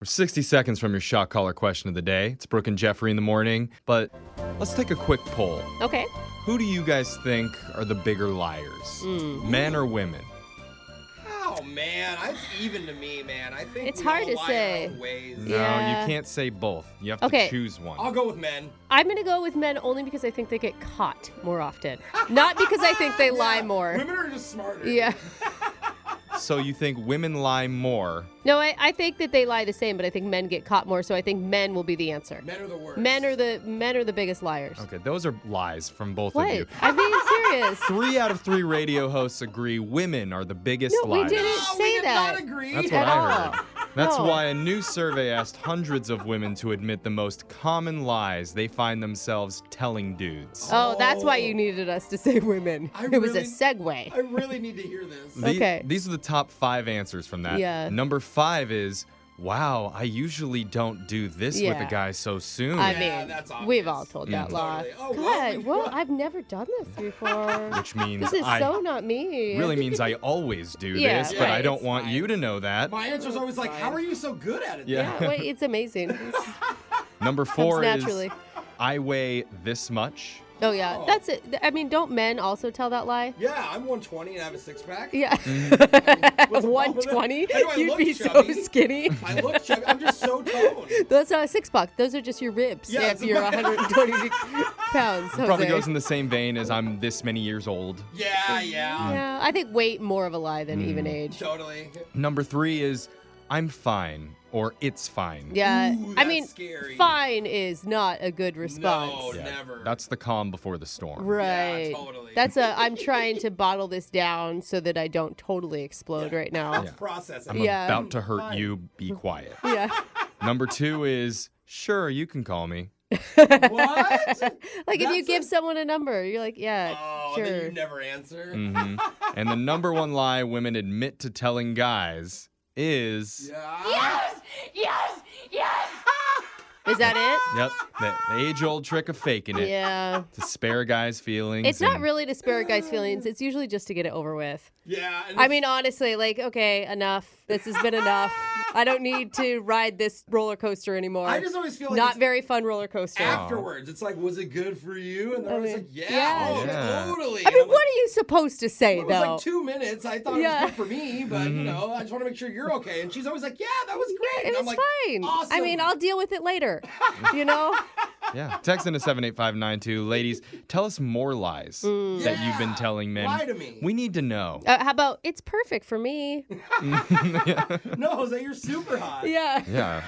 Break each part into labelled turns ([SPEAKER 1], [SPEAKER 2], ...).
[SPEAKER 1] We're 60 seconds from your shot caller question of the day. It's Brooke and Jeffrey in the morning, but let's take a quick poll.
[SPEAKER 2] Okay.
[SPEAKER 1] Who do you guys think are the bigger liars, men or women?
[SPEAKER 3] Oh man, it's even to me, man. I think
[SPEAKER 2] It's
[SPEAKER 3] we
[SPEAKER 2] hard
[SPEAKER 3] all
[SPEAKER 2] to
[SPEAKER 3] lie
[SPEAKER 2] say.
[SPEAKER 3] Our own ways.
[SPEAKER 1] No,
[SPEAKER 2] Yeah.
[SPEAKER 1] you can't say both. You have
[SPEAKER 2] Okay.
[SPEAKER 1] to choose one.
[SPEAKER 3] I'll go with men.
[SPEAKER 2] I'm going to go with men only because I think they get caught more often. Not because I think they lie
[SPEAKER 3] Yeah,
[SPEAKER 2] more.
[SPEAKER 3] Women are just smarter.
[SPEAKER 2] Yeah.
[SPEAKER 1] So you think women lie more?
[SPEAKER 2] No, I, I think that they lie the same, but I think men get caught more, so I think men will be the answer.
[SPEAKER 3] Men are the worst.
[SPEAKER 2] Men are the men are the biggest liars.
[SPEAKER 1] Okay, those are lies from both of
[SPEAKER 2] What?
[SPEAKER 1] you.
[SPEAKER 2] I'm being serious.
[SPEAKER 1] Three out of three radio hosts agree women are the biggest
[SPEAKER 2] No, we
[SPEAKER 1] liars.
[SPEAKER 2] didn't
[SPEAKER 3] No, we
[SPEAKER 2] say
[SPEAKER 3] did
[SPEAKER 2] that.
[SPEAKER 3] not agree.
[SPEAKER 1] That's what
[SPEAKER 2] At
[SPEAKER 1] I
[SPEAKER 2] all.
[SPEAKER 1] heard. That's
[SPEAKER 2] No.
[SPEAKER 1] why a new survey asked hundreds of women to admit the most common lies they find themselves telling dudes.
[SPEAKER 2] Oh, that's why
[SPEAKER 3] Oh.
[SPEAKER 2] you needed us to say women.
[SPEAKER 3] I
[SPEAKER 2] it was a
[SPEAKER 3] really-
[SPEAKER 2] segue.
[SPEAKER 3] I really need to hear this.
[SPEAKER 1] The-
[SPEAKER 2] okay.
[SPEAKER 1] These are the top five answers from that.
[SPEAKER 2] Yeah.
[SPEAKER 1] Number five is, wow, I usually don't do this with
[SPEAKER 2] Yeah.
[SPEAKER 1] a guy so soon.
[SPEAKER 2] I
[SPEAKER 3] Yeah,
[SPEAKER 2] mean,
[SPEAKER 3] that's
[SPEAKER 2] we've
[SPEAKER 3] obvious.
[SPEAKER 2] all told
[SPEAKER 1] Yeah.
[SPEAKER 2] that lie.
[SPEAKER 3] Totally. Oh, well,
[SPEAKER 2] God,
[SPEAKER 3] we-
[SPEAKER 2] well, I've never done this before.
[SPEAKER 1] which means
[SPEAKER 2] this is
[SPEAKER 1] I
[SPEAKER 2] so not me.
[SPEAKER 1] really means I always do
[SPEAKER 2] Yeah,
[SPEAKER 1] this, but I
[SPEAKER 2] right,
[SPEAKER 1] don't
[SPEAKER 2] it's
[SPEAKER 1] want you to know that.
[SPEAKER 3] My answer's always like, how are you so good at it?
[SPEAKER 1] Yeah.
[SPEAKER 2] Yeah, wait, it's amazing. It's-
[SPEAKER 1] Number four is,
[SPEAKER 2] naturally.
[SPEAKER 1] I weigh this much.
[SPEAKER 2] oh yeah,
[SPEAKER 3] Oh.
[SPEAKER 2] that's it. I mean, don't men also tell that lie?
[SPEAKER 3] Yeah, I'm 120 and I have a six pack.
[SPEAKER 2] Yeah.
[SPEAKER 3] Mm-hmm. What's wrong with it?
[SPEAKER 2] 120?
[SPEAKER 3] How do I
[SPEAKER 2] You'd
[SPEAKER 3] look
[SPEAKER 2] be
[SPEAKER 3] chubby?
[SPEAKER 2] so skinny.
[SPEAKER 3] I look chubby. I'm just so toned.
[SPEAKER 2] Those are six bucks. Those are just your ribs.
[SPEAKER 3] Yeah,
[SPEAKER 2] if you're
[SPEAKER 3] it's-
[SPEAKER 2] 120 pounds. Jose.
[SPEAKER 1] Probably goes in the same vein as I'm this many years old.
[SPEAKER 3] Yeah, yeah.
[SPEAKER 2] yeah, I think weight more of a lie than even
[SPEAKER 1] Mm.
[SPEAKER 2] age.
[SPEAKER 3] Totally.
[SPEAKER 1] Number three is, I'm fine or it's fine.
[SPEAKER 2] Yeah,
[SPEAKER 3] Ooh,
[SPEAKER 2] I
[SPEAKER 3] that's
[SPEAKER 2] mean,
[SPEAKER 3] scary.
[SPEAKER 2] fine is not a good response.
[SPEAKER 3] No, never.
[SPEAKER 1] That's the calm before the storm.
[SPEAKER 2] Right.
[SPEAKER 3] totally.
[SPEAKER 2] That's a. I'm trying to bottle this down so that I don't totally explode right now.
[SPEAKER 1] Yeah.
[SPEAKER 3] process. it.
[SPEAKER 1] I'm
[SPEAKER 2] Yeah.
[SPEAKER 1] about to hurt you. Be quiet.
[SPEAKER 2] Yeah.
[SPEAKER 1] Number two is, sure, you can call me.
[SPEAKER 3] What?
[SPEAKER 2] Like if you
[SPEAKER 3] That's
[SPEAKER 2] give
[SPEAKER 3] a-
[SPEAKER 2] someone a number, you're like, yeah,
[SPEAKER 3] Oh,
[SPEAKER 2] sure.
[SPEAKER 3] then you never answer.
[SPEAKER 1] hmm and the number one lie women admit to telling guys is
[SPEAKER 3] Yeah.
[SPEAKER 2] Is that
[SPEAKER 1] yep the age old trick of faking
[SPEAKER 2] it?
[SPEAKER 1] it
[SPEAKER 2] Yeah.
[SPEAKER 1] to spare guys feelings
[SPEAKER 2] It's not
[SPEAKER 1] and-
[SPEAKER 2] really to spare a guy's feelings. It's usually just to get it over with.
[SPEAKER 3] Yeah. and
[SPEAKER 2] I
[SPEAKER 3] it's-
[SPEAKER 2] mean, honestly, like, okay, enough. This has been enough. I don't need to ride this roller coaster anymore.
[SPEAKER 3] I just always feel like
[SPEAKER 2] Not
[SPEAKER 3] it's
[SPEAKER 2] very fun roller coaster.
[SPEAKER 3] afterwards. It's like, was it good for you? And they're always
[SPEAKER 2] mean,
[SPEAKER 3] like, yeah,
[SPEAKER 2] yeah.
[SPEAKER 3] oh,
[SPEAKER 1] Yeah.
[SPEAKER 3] totally.
[SPEAKER 2] I
[SPEAKER 3] And
[SPEAKER 2] mean,
[SPEAKER 3] I'm
[SPEAKER 2] what
[SPEAKER 3] like,
[SPEAKER 2] are you supposed to say
[SPEAKER 3] It was
[SPEAKER 2] though?
[SPEAKER 3] like two minutes. I thought
[SPEAKER 2] Yeah.
[SPEAKER 3] it was good for me, but you know, I just want to make sure you're okay. And she's always like, "Yeah, that was great."
[SPEAKER 2] it
[SPEAKER 3] and I'm
[SPEAKER 2] was
[SPEAKER 3] like,
[SPEAKER 2] fine.
[SPEAKER 3] Awesome.
[SPEAKER 2] I mean, I'll deal with it later. You know?
[SPEAKER 1] yeah text into 78592 ladies tell us more lies
[SPEAKER 2] Mm.
[SPEAKER 1] that
[SPEAKER 3] Yeah.
[SPEAKER 1] you've been telling men
[SPEAKER 3] Lie to me.
[SPEAKER 1] we need to know
[SPEAKER 2] Uh, how about it's perfect for me?
[SPEAKER 3] no, Jose, you're super hot.
[SPEAKER 2] Yeah.
[SPEAKER 1] yeah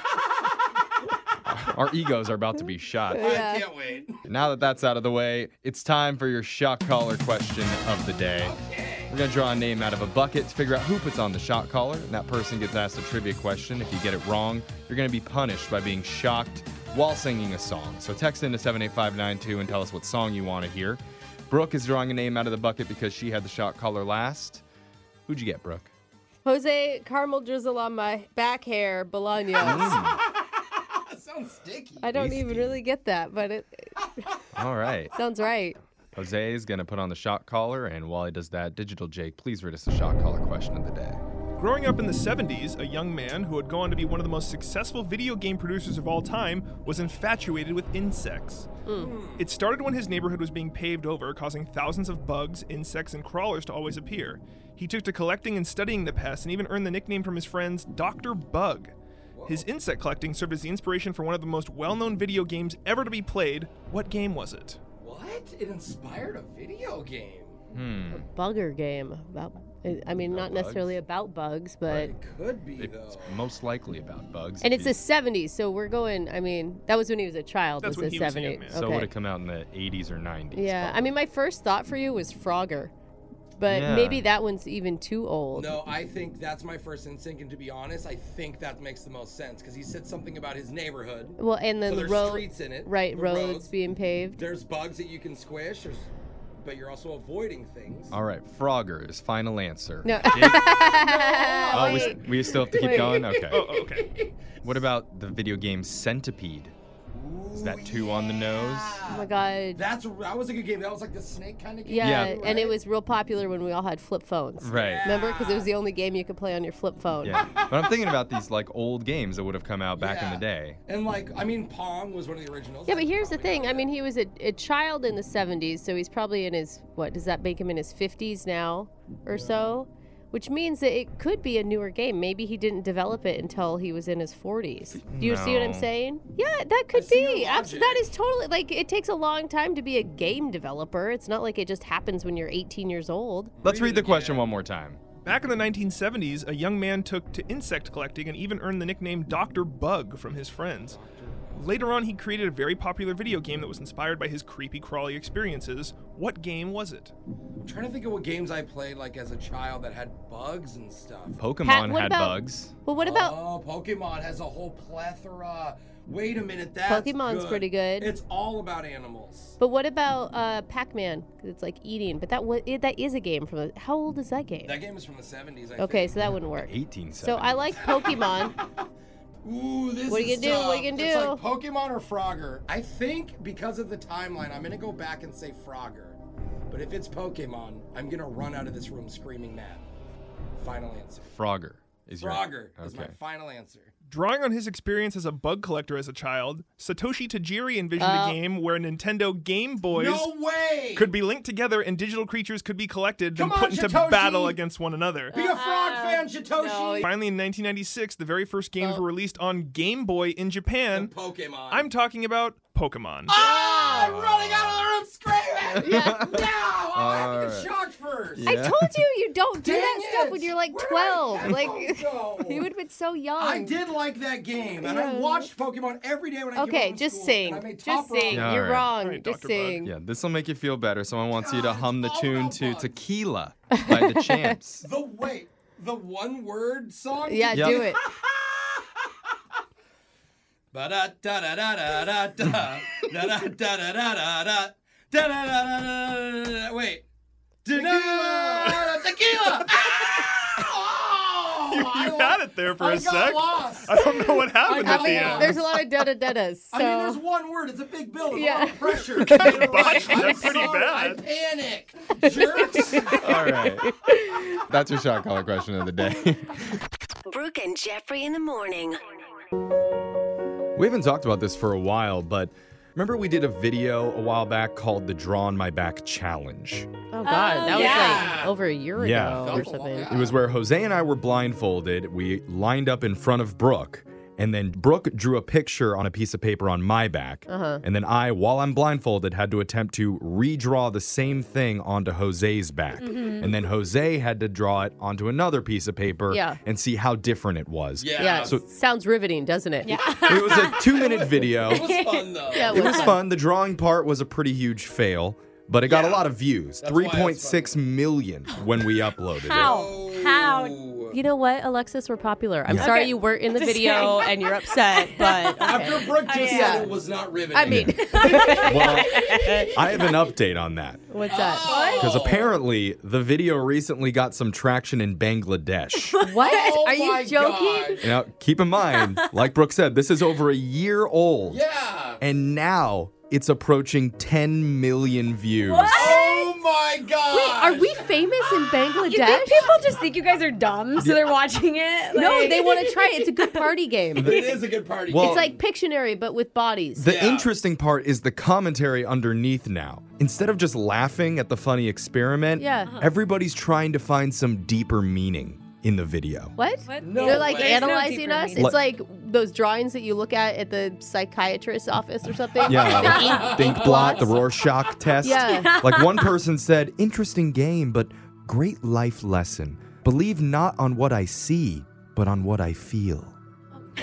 [SPEAKER 1] our egos are about to be shot
[SPEAKER 2] Yeah.
[SPEAKER 3] I can't wait.
[SPEAKER 1] now that that's out of the way it's time for your shock collar question of the day
[SPEAKER 3] Okay.
[SPEAKER 1] We're going to draw a name out of a bucket to figure out who puts on the shot collar, and that person gets asked a trivia question. If you get it wrong, you're going to be punished by being shocked while singing a song. So text into 78592 and tell us what song you want to hear. Brooke is drawing a name out of the bucket because she had the shot collar last. Who'd you get, Brooke?
[SPEAKER 2] Jose caramel drizzle on my back hair, Bolaños.
[SPEAKER 3] That sounds sticky.
[SPEAKER 2] I don't
[SPEAKER 1] Mm-hmm. Tasty.
[SPEAKER 2] even really get that, but it, it
[SPEAKER 1] All right.
[SPEAKER 2] sounds right.
[SPEAKER 1] Jose is going to put on the shot collar, and while he does that, Digital Jake, please read us the shot collar question of the day.
[SPEAKER 4] Growing up in the 70s, a young man who would go on to be one of the most successful video game producers of all time was infatuated with insects. It started when his neighborhood was being paved over, causing thousands of bugs, insects, and crawlers to always appear. He took to collecting and studying the pests and even earned the nickname from his friends Dr. Bug. His insect collecting served as the inspiration for one of the most well known video games ever to be played. What game was it?
[SPEAKER 3] What? It inspired a video game.
[SPEAKER 1] Hmm.
[SPEAKER 2] Bugger game about. I mean, not
[SPEAKER 1] bugs?
[SPEAKER 2] necessarily about bugs, but
[SPEAKER 3] It could be
[SPEAKER 1] It's
[SPEAKER 3] though.
[SPEAKER 1] most likely about bugs.
[SPEAKER 2] and
[SPEAKER 1] if
[SPEAKER 2] it's the
[SPEAKER 1] you-
[SPEAKER 2] '70s, so we're going. I mean, that was when he was a child. was
[SPEAKER 4] That's when
[SPEAKER 2] the
[SPEAKER 4] he was a young
[SPEAKER 2] 70s.
[SPEAKER 4] man.
[SPEAKER 1] So
[SPEAKER 2] okay.
[SPEAKER 1] would have come out in the 80s or 90s.
[SPEAKER 2] yeah,
[SPEAKER 1] probably.
[SPEAKER 2] I mean, my first thought for you was Frogger, but
[SPEAKER 1] Yeah.
[SPEAKER 2] maybe that one's even too old.
[SPEAKER 3] No, I think that's my first instinct, and to be honest, I think that makes the most sense because he said something about his neighborhood.
[SPEAKER 2] Well, and
[SPEAKER 3] So
[SPEAKER 2] then the
[SPEAKER 3] there's
[SPEAKER 2] road,
[SPEAKER 3] streets in it.
[SPEAKER 2] right?
[SPEAKER 3] the
[SPEAKER 2] Roads, being paved.
[SPEAKER 3] There's bugs that you can squish, there's, but you're also avoiding things.
[SPEAKER 1] All right, Frogger is final answer.
[SPEAKER 2] No.
[SPEAKER 1] Jake-
[SPEAKER 2] Oh,
[SPEAKER 1] oh, we,
[SPEAKER 2] wait.
[SPEAKER 1] we still have to keep
[SPEAKER 2] Wait.
[SPEAKER 1] going? Okay.
[SPEAKER 4] Oh, okay.
[SPEAKER 1] What about the video game Centipede? Is that two on the nose?
[SPEAKER 2] Oh my god.
[SPEAKER 3] That's that was a good game. That was like the snake kind of game.
[SPEAKER 2] yeah,
[SPEAKER 1] Yeah.
[SPEAKER 2] and it was real popular when we all had flip phones.
[SPEAKER 1] Right.
[SPEAKER 2] Remember? Because it was the only game you could play on your flip phone.
[SPEAKER 1] Yeah. But I'm thinking about these like old games that would have come out back in the
[SPEAKER 3] Yeah.
[SPEAKER 1] day.
[SPEAKER 3] And like, I mean, Pong was one of the originals.
[SPEAKER 2] Yeah, but here's the thing. I mean, he was a, a child in the 70s, so he's probably in his, what, does that make him in his 50s now or so? Which means that it could be a newer game. Maybe he didn't develop it until he was in his 40s. Do you see what I'm
[SPEAKER 1] No.
[SPEAKER 2] saying? Yeah, that could
[SPEAKER 3] see your
[SPEAKER 2] be. Abs-
[SPEAKER 3] logic.
[SPEAKER 2] that is totally, like, it takes a long time to be a game developer. It's not like it just happens when you're 18 years old.
[SPEAKER 1] Let's
[SPEAKER 3] Read
[SPEAKER 1] read the
[SPEAKER 3] it
[SPEAKER 1] question
[SPEAKER 3] again.
[SPEAKER 1] one more time.
[SPEAKER 4] Back in the 1970s, a young man took to insect collecting and even earned the nickname Dr. Bug from his friends. Later on, he created a very popular video game that was inspired by his creepy crawly experiences. What game was it?
[SPEAKER 3] I'm trying to think of what games I played like as a child that had bugs and stuff.
[SPEAKER 1] Pokemon
[SPEAKER 2] Pat, what
[SPEAKER 1] had
[SPEAKER 2] about-
[SPEAKER 1] bugs.
[SPEAKER 2] Well, what about
[SPEAKER 3] Oh, Pokemon has a whole plethora. Wait a minute, that's
[SPEAKER 2] Pokemon's pretty good.
[SPEAKER 3] It's all about animals.
[SPEAKER 2] But what about uh, Pac-Man? 'Cause It's like eating, but that wa- it, that is a game from. The, how old is that game?
[SPEAKER 3] That game is from the 70s. I
[SPEAKER 2] okay,
[SPEAKER 3] think.
[SPEAKER 2] so that wouldn't work.
[SPEAKER 1] 1870s.
[SPEAKER 2] So I like Pokemon.
[SPEAKER 3] Ooh, this
[SPEAKER 2] What are you
[SPEAKER 3] is
[SPEAKER 2] gonna do? What are you gonna
[SPEAKER 3] tough.
[SPEAKER 2] do?
[SPEAKER 3] It's like Pokemon or Frogger. I think because of the timeline, I'm gonna go back and say Frogger. But if it's Pokemon, I'm gonna run out of this room screaming mad. Final answer.
[SPEAKER 1] Frogger is your
[SPEAKER 3] Frogger is my
[SPEAKER 1] Okay.
[SPEAKER 3] final answer.
[SPEAKER 4] Drawing on his experience as a bug collector as a child, Satoshi Tajiri envisioned a game where Nintendo Game Boys
[SPEAKER 3] Uh, No way!
[SPEAKER 4] could be linked together and digital creatures could be collected and
[SPEAKER 3] Come on,
[SPEAKER 4] put into
[SPEAKER 3] Satoshi! Uh,
[SPEAKER 4] battle against one another.
[SPEAKER 3] be a frog
[SPEAKER 2] Uh,
[SPEAKER 3] fan, Shitoshi.
[SPEAKER 4] Finally, in 1996, the very first games
[SPEAKER 3] uh,
[SPEAKER 4] were released on Game Boy in Japan.
[SPEAKER 3] Pokemon.
[SPEAKER 4] I'm talking about Pokemon.
[SPEAKER 3] Ah, I'm running out of the room screaming.
[SPEAKER 2] Yeah.
[SPEAKER 3] No, oh, I'm
[SPEAKER 1] Alright.
[SPEAKER 3] shocked first.
[SPEAKER 2] I
[SPEAKER 1] Yeah.
[SPEAKER 2] told you you don't do
[SPEAKER 3] Dang
[SPEAKER 2] that stuff when
[SPEAKER 3] it.
[SPEAKER 2] you're like
[SPEAKER 3] Where did I-
[SPEAKER 2] 12. Like
[SPEAKER 3] Oh, no.
[SPEAKER 2] you would have been so young.
[SPEAKER 3] I did like that game, and I
[SPEAKER 2] Yeah.
[SPEAKER 3] watched Pokemon every day when I came
[SPEAKER 2] Okay,
[SPEAKER 3] home from
[SPEAKER 2] just
[SPEAKER 3] school,
[SPEAKER 2] sing.
[SPEAKER 3] and I made top
[SPEAKER 2] Just sing.
[SPEAKER 1] All
[SPEAKER 2] You're
[SPEAKER 1] right.
[SPEAKER 2] wrong.
[SPEAKER 4] All right,
[SPEAKER 2] just
[SPEAKER 4] Dr. Bug.
[SPEAKER 2] sing.
[SPEAKER 1] Yeah, this will make you feel better. Someone wants you to
[SPEAKER 3] God,
[SPEAKER 1] hum the
[SPEAKER 3] it's all
[SPEAKER 1] tune
[SPEAKER 3] about
[SPEAKER 1] to
[SPEAKER 3] bugs.
[SPEAKER 1] Tequila by the Champs.
[SPEAKER 3] The wait, the one word song.
[SPEAKER 2] Yeah,
[SPEAKER 1] Yep.
[SPEAKER 2] do it.
[SPEAKER 3] Ba da da da da da da da da da da da da da da da da da da da. Wait. Tequila. Tequila. Oh,
[SPEAKER 4] You, you had it there for a
[SPEAKER 3] I
[SPEAKER 4] sec.
[SPEAKER 3] got lost.
[SPEAKER 4] I don't know what happened
[SPEAKER 3] I
[SPEAKER 4] at
[SPEAKER 3] got
[SPEAKER 4] the
[SPEAKER 3] lost.
[SPEAKER 4] end.
[SPEAKER 2] There's a lot of da da da
[SPEAKER 3] I mean, there's
[SPEAKER 2] So
[SPEAKER 3] one word. It's a big bill. It's a
[SPEAKER 2] Yeah.
[SPEAKER 3] lot of pressure.
[SPEAKER 4] botched
[SPEAKER 3] I'm
[SPEAKER 4] it. That's pretty
[SPEAKER 3] sorry,
[SPEAKER 4] bad.
[SPEAKER 3] I panicked. Jerks.
[SPEAKER 1] All right. That's your shot caller question of the day.
[SPEAKER 5] Brooke and Jeffrey in the morning.
[SPEAKER 1] We haven't talked about this for a while, but remember we did a video a while back called the Draw on My Back Challenge.
[SPEAKER 2] Oh god, that was
[SPEAKER 3] yeah.
[SPEAKER 2] like over a year ago
[SPEAKER 1] Yeah.
[SPEAKER 2] or something.
[SPEAKER 1] It was where Jose and I were blindfolded. We lined up in front of Brooke, and then Brooke drew a picture on a piece of paper on my back. And then I, while I'm blindfolded, had to attempt to redraw the same thing onto Jose's back. And then Jose had to draw it onto another piece of paper
[SPEAKER 2] Yeah.
[SPEAKER 1] and see how different it was.
[SPEAKER 2] Yeah,
[SPEAKER 3] Yeah.
[SPEAKER 1] So-
[SPEAKER 2] sounds riveting, doesn't it? Yeah.
[SPEAKER 1] It was a two minute video.
[SPEAKER 3] It was fun though.
[SPEAKER 2] Yeah,
[SPEAKER 1] It was fun. The drawing part was a pretty huge fail, but it got a lot of views.
[SPEAKER 3] why it's
[SPEAKER 1] 3.6 million when we uploaded it.
[SPEAKER 2] How? How?
[SPEAKER 3] Ooh.
[SPEAKER 2] You know what, Alexis? We're popular. I'm sorry you weren't in the video and you're upset, but okay.
[SPEAKER 3] After Brooke just
[SPEAKER 2] yeah.
[SPEAKER 3] said it was not riveting.
[SPEAKER 2] I mean,
[SPEAKER 1] Well, I have an update on that.
[SPEAKER 2] what's
[SPEAKER 3] Oh!
[SPEAKER 2] that?
[SPEAKER 1] Because apparently the video recently got some traction in Bangladesh.
[SPEAKER 2] What?
[SPEAKER 3] Oh
[SPEAKER 2] Are
[SPEAKER 3] my
[SPEAKER 2] you joking?
[SPEAKER 3] God.
[SPEAKER 1] now, keep in mind, like Brooke said, this is over a year old.
[SPEAKER 3] Yeah.
[SPEAKER 1] And now it's approaching 10 million views.
[SPEAKER 3] Oh my god.
[SPEAKER 2] Wait, are we famous in Bangladesh?
[SPEAKER 6] You think people just think you guys are dumb, so they're watching it?
[SPEAKER 2] no,
[SPEAKER 6] Like-
[SPEAKER 2] they want to try it. It's a good party game. It's
[SPEAKER 3] It is a good party.
[SPEAKER 1] Well-
[SPEAKER 2] like Pictionary, but with bodies.
[SPEAKER 1] um, The
[SPEAKER 3] Yeah.
[SPEAKER 1] interesting part is the commentary underneath now. Instead of just laughing at the funny experiment,
[SPEAKER 2] Yeah. Uh-huh.
[SPEAKER 1] everybody's trying to find some deeper meaning in the video.
[SPEAKER 2] what?
[SPEAKER 6] What?
[SPEAKER 3] No
[SPEAKER 2] They're like
[SPEAKER 3] way.
[SPEAKER 6] There's no
[SPEAKER 2] analyzing
[SPEAKER 6] deeper
[SPEAKER 2] us.
[SPEAKER 6] meaning.
[SPEAKER 2] It's like those drawings that you look at at the psychiatrist's office or something.
[SPEAKER 1] Yeah, the ink blot, the Rorschach test.
[SPEAKER 2] Yeah.
[SPEAKER 1] Like one person said, interesting game, but great life lesson. Believe not on what I see, but on what I feel.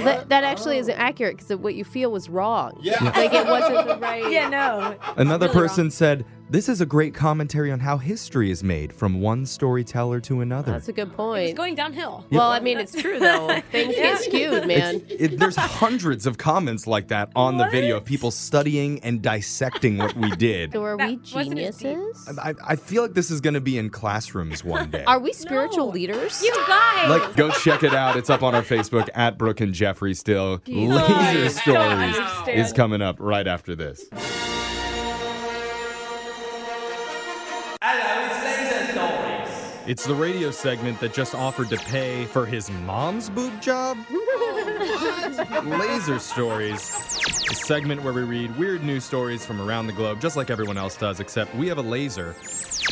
[SPEAKER 2] That, that actually isn't accurate because what you feel was wrong.
[SPEAKER 3] Yeah.
[SPEAKER 2] Like it wasn't the right.
[SPEAKER 6] Yeah, no.
[SPEAKER 1] Another person said, This is a great commentary on how history is made from one storyteller to another.
[SPEAKER 2] That's a good
[SPEAKER 6] It's
[SPEAKER 2] point.
[SPEAKER 6] going downhill.
[SPEAKER 2] Well, I mean, it's true though. Things get skewed, man.
[SPEAKER 1] It's- it- there's hundreds of comments like that on the video of people studying and dissecting what we did.
[SPEAKER 2] So are
[SPEAKER 6] That
[SPEAKER 2] we
[SPEAKER 6] wasn't as deep.
[SPEAKER 2] geniuses?
[SPEAKER 1] I, I feel like this is going to be in classrooms one day.
[SPEAKER 2] Are we spiritual
[SPEAKER 6] No.
[SPEAKER 2] leaders?
[SPEAKER 6] You guys.
[SPEAKER 1] like, go check it out. It's up on our Facebook at Brooke and Jeffrey still. Laser
[SPEAKER 6] I
[SPEAKER 1] Stories
[SPEAKER 6] understand.
[SPEAKER 1] is coming up right after this. It's the radio segment that just offered to pay for his mom's boob job. Laser Stories, a segment where we read weird news stories from around the globe, just like everyone else does, except we have a laser,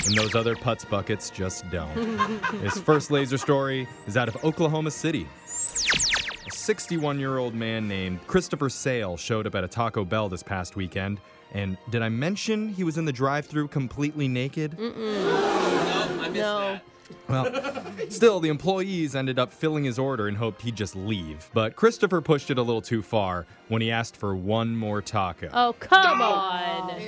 [SPEAKER 1] and those other putz buckets just don't. His first laser story is out of Oklahoma City. A 61 year old man named Christopher Sale showed up at a Taco Bell this past weekend. And did I mention he was in the drive thru completely naked?
[SPEAKER 2] no.
[SPEAKER 1] Well, still, the employees ended up filling his order and hoped he'd just leave. But Christopher pushed it a little too far when he asked for one more taco.
[SPEAKER 2] Oh come on.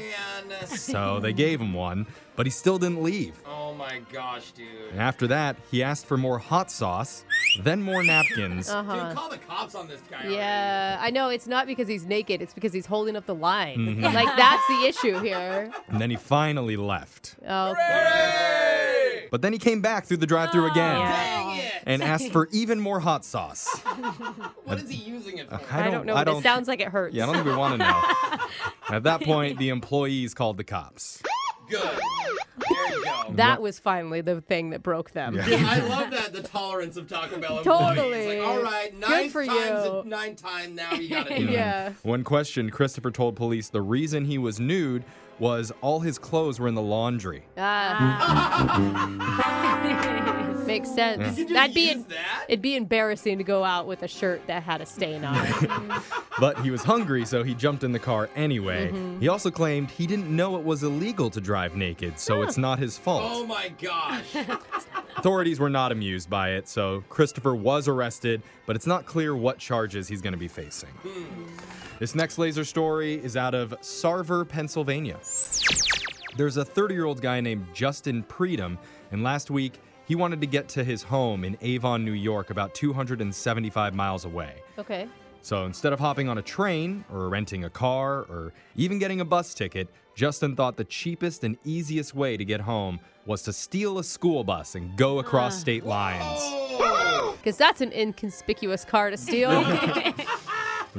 [SPEAKER 1] So they gave him one, but he still didn't leave.
[SPEAKER 3] Oh my gosh, dude.
[SPEAKER 1] And after that, he asked for more hot sauce, then more napkins.
[SPEAKER 2] Uh
[SPEAKER 3] Dude,
[SPEAKER 2] huh.
[SPEAKER 3] call the cops on this guy.
[SPEAKER 2] Yeah, I know. It's not because he's naked. It's because he's holding up the line. Like that's the issue here.
[SPEAKER 1] And then he finally left.
[SPEAKER 2] Oh,
[SPEAKER 1] But then he came back through the drive thru again
[SPEAKER 3] Already. Dang it.
[SPEAKER 1] and asked for even more hot sauce.
[SPEAKER 3] What is he using it for?
[SPEAKER 1] I
[SPEAKER 2] I
[SPEAKER 1] don't-
[SPEAKER 2] don't, know.
[SPEAKER 1] I
[SPEAKER 2] but
[SPEAKER 1] don't-
[SPEAKER 2] it sounds like it hurts.
[SPEAKER 1] Yeah, I don't think we want to know. At that point, the employees called the cops.
[SPEAKER 3] Good. There you go.
[SPEAKER 2] that was finally the thing that broke them.
[SPEAKER 3] I love that the tolerance of Taco Bell. employees.
[SPEAKER 2] Totally.
[SPEAKER 3] Like, all right,
[SPEAKER 2] Good
[SPEAKER 3] nine
[SPEAKER 2] for
[SPEAKER 3] times
[SPEAKER 2] you.
[SPEAKER 3] a nine time now you gotta do it.
[SPEAKER 2] Yeah.
[SPEAKER 1] When questioned, Mm-hmm. Christopher told police the reason he was nude was all his clothes were in the laundry.
[SPEAKER 2] Ah. Makes sense.
[SPEAKER 3] You just
[SPEAKER 2] That'd be
[SPEAKER 3] use that?
[SPEAKER 2] it'd be embarrassing to go out with a shirt that had a stain on it.
[SPEAKER 1] But he was hungry, so he jumped in the car anyway.
[SPEAKER 2] Mm-hmm.
[SPEAKER 1] He also claimed he didn't know it was illegal to drive naked, so it's not his
[SPEAKER 3] Oh
[SPEAKER 1] fault.
[SPEAKER 3] my gosh. Uh,
[SPEAKER 1] Authorities were not amused by it, so Christopher was arrested, but it's not clear what charges he's going to be facing. This next laser story is out of Sarver, Pennsylvania. There's a 30 year old guy named Justin Preedom, and last week he wanted to get to his home in Avon, New York, about 275 miles away.
[SPEAKER 2] Okay.
[SPEAKER 1] So instead of hopping on a train or renting a car or even getting a bus ticket, Justin thought the cheapest and easiest way to get home was to steal a school bus and go across state lines.
[SPEAKER 2] Because that's an inconspicuous car to steal.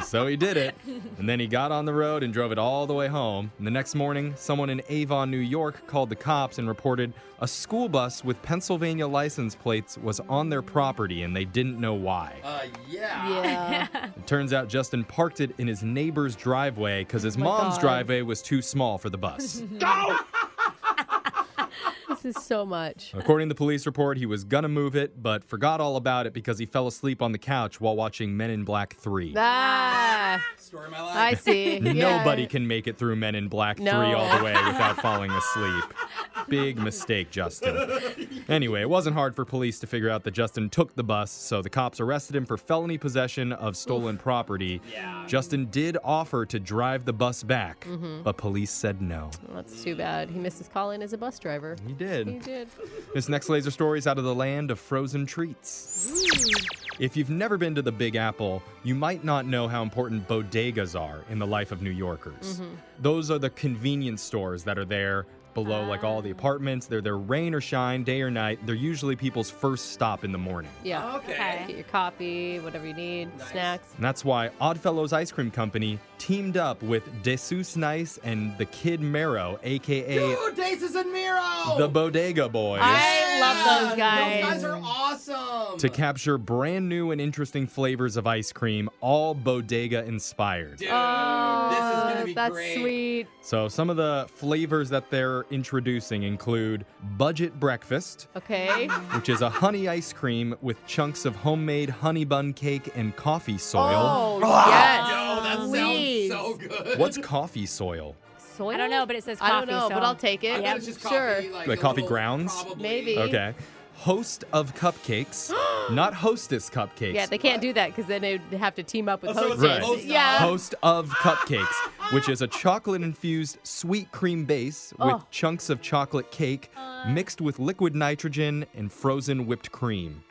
[SPEAKER 1] So he did it. And then he got on the road and drove it all the way home. And the next morning, someone in Avon, New York called the cops and reported a school bus with Pennsylvania license plates was on their property and they didn't know why.
[SPEAKER 3] Uh, yeah.
[SPEAKER 2] yeah.
[SPEAKER 1] It turns out Justin parked it in his neighbor's driveway because his mom's
[SPEAKER 2] God.
[SPEAKER 1] driveway was too small for the bus.
[SPEAKER 2] This is so much.
[SPEAKER 1] According to the police report, he was gonna move it, but forgot all about it because he fell asleep on the couch while watching Men in Black 3.
[SPEAKER 2] Ah,
[SPEAKER 3] Story of my life.
[SPEAKER 2] I see. Yeah.
[SPEAKER 1] Nobody can make it through Men in Black
[SPEAKER 2] No.
[SPEAKER 1] 3 all the way without falling asleep. Big mistake, Justin. Anyway, it wasn't hard for police to figure out that Justin took the bus, so the cops arrested him for felony possession of stolen property.
[SPEAKER 3] Yeah.
[SPEAKER 1] Justin did offer to drive the bus back,
[SPEAKER 2] Mm-hmm.
[SPEAKER 1] but police said no.
[SPEAKER 2] That's too bad. He missed his call in as a bus driver.
[SPEAKER 1] He did.
[SPEAKER 2] He did.
[SPEAKER 1] This next laser story is out of the land of frozen treats. If you've never been to the Big Apple, you might not know how important bodegas are in the life of New Yorkers. Those are the convenience stores that are there below like all the apartments. They're there rain or shine, day or night. They're usually people's first stop in the morning.
[SPEAKER 2] Yeah.
[SPEAKER 3] Okay.
[SPEAKER 2] Get your coffee, whatever you need, snacks.
[SPEAKER 1] And that's why Oddfellows Ice Cream Company teamed up with Desus Nice and the Kid Marrow, aka
[SPEAKER 3] Dude, Daces and Miro.
[SPEAKER 1] the Bodega Boys.
[SPEAKER 2] I love those guys.
[SPEAKER 3] Those guys are awesome.
[SPEAKER 1] to capture brand new and interesting flavors of ice cream, all bodega inspired.
[SPEAKER 3] Dude, this is
[SPEAKER 2] Oh,
[SPEAKER 3] gonna be
[SPEAKER 2] that's
[SPEAKER 3] great.
[SPEAKER 2] sweet.
[SPEAKER 1] So, some of the flavors that they're introducing include budget breakfast,
[SPEAKER 2] Okay.
[SPEAKER 1] which is a honey ice cream with chunks of homemade honey bun cake and coffee soil.
[SPEAKER 2] Oh, yes.
[SPEAKER 3] Yo, that
[SPEAKER 2] Please.
[SPEAKER 3] sounds so good.
[SPEAKER 1] What's coffee soil?
[SPEAKER 2] Soil?
[SPEAKER 6] I don't know, but it says
[SPEAKER 2] I don't
[SPEAKER 6] coffee,
[SPEAKER 2] know,
[SPEAKER 6] so-
[SPEAKER 2] but I'll take
[SPEAKER 3] I
[SPEAKER 2] it.
[SPEAKER 3] bet it's just coffee,
[SPEAKER 2] sure.
[SPEAKER 3] like,
[SPEAKER 1] Like
[SPEAKER 3] a
[SPEAKER 1] coffee
[SPEAKER 3] little-
[SPEAKER 1] grounds?
[SPEAKER 3] probably.
[SPEAKER 2] Maybe.
[SPEAKER 1] Okay. host of cupcakes, not hostess cupcakes.
[SPEAKER 2] Yeah, they can't do that because then they'd have to team up with hostess.
[SPEAKER 1] Right.
[SPEAKER 3] Oh, Host of.
[SPEAKER 2] Yeah.
[SPEAKER 1] Host of Cupcakes, which is a chocolate infused sweet cream base with
[SPEAKER 2] Oh. Uh.
[SPEAKER 1] chunks of chocolate cake mixed with liquid nitrogen and frozen whipped cream.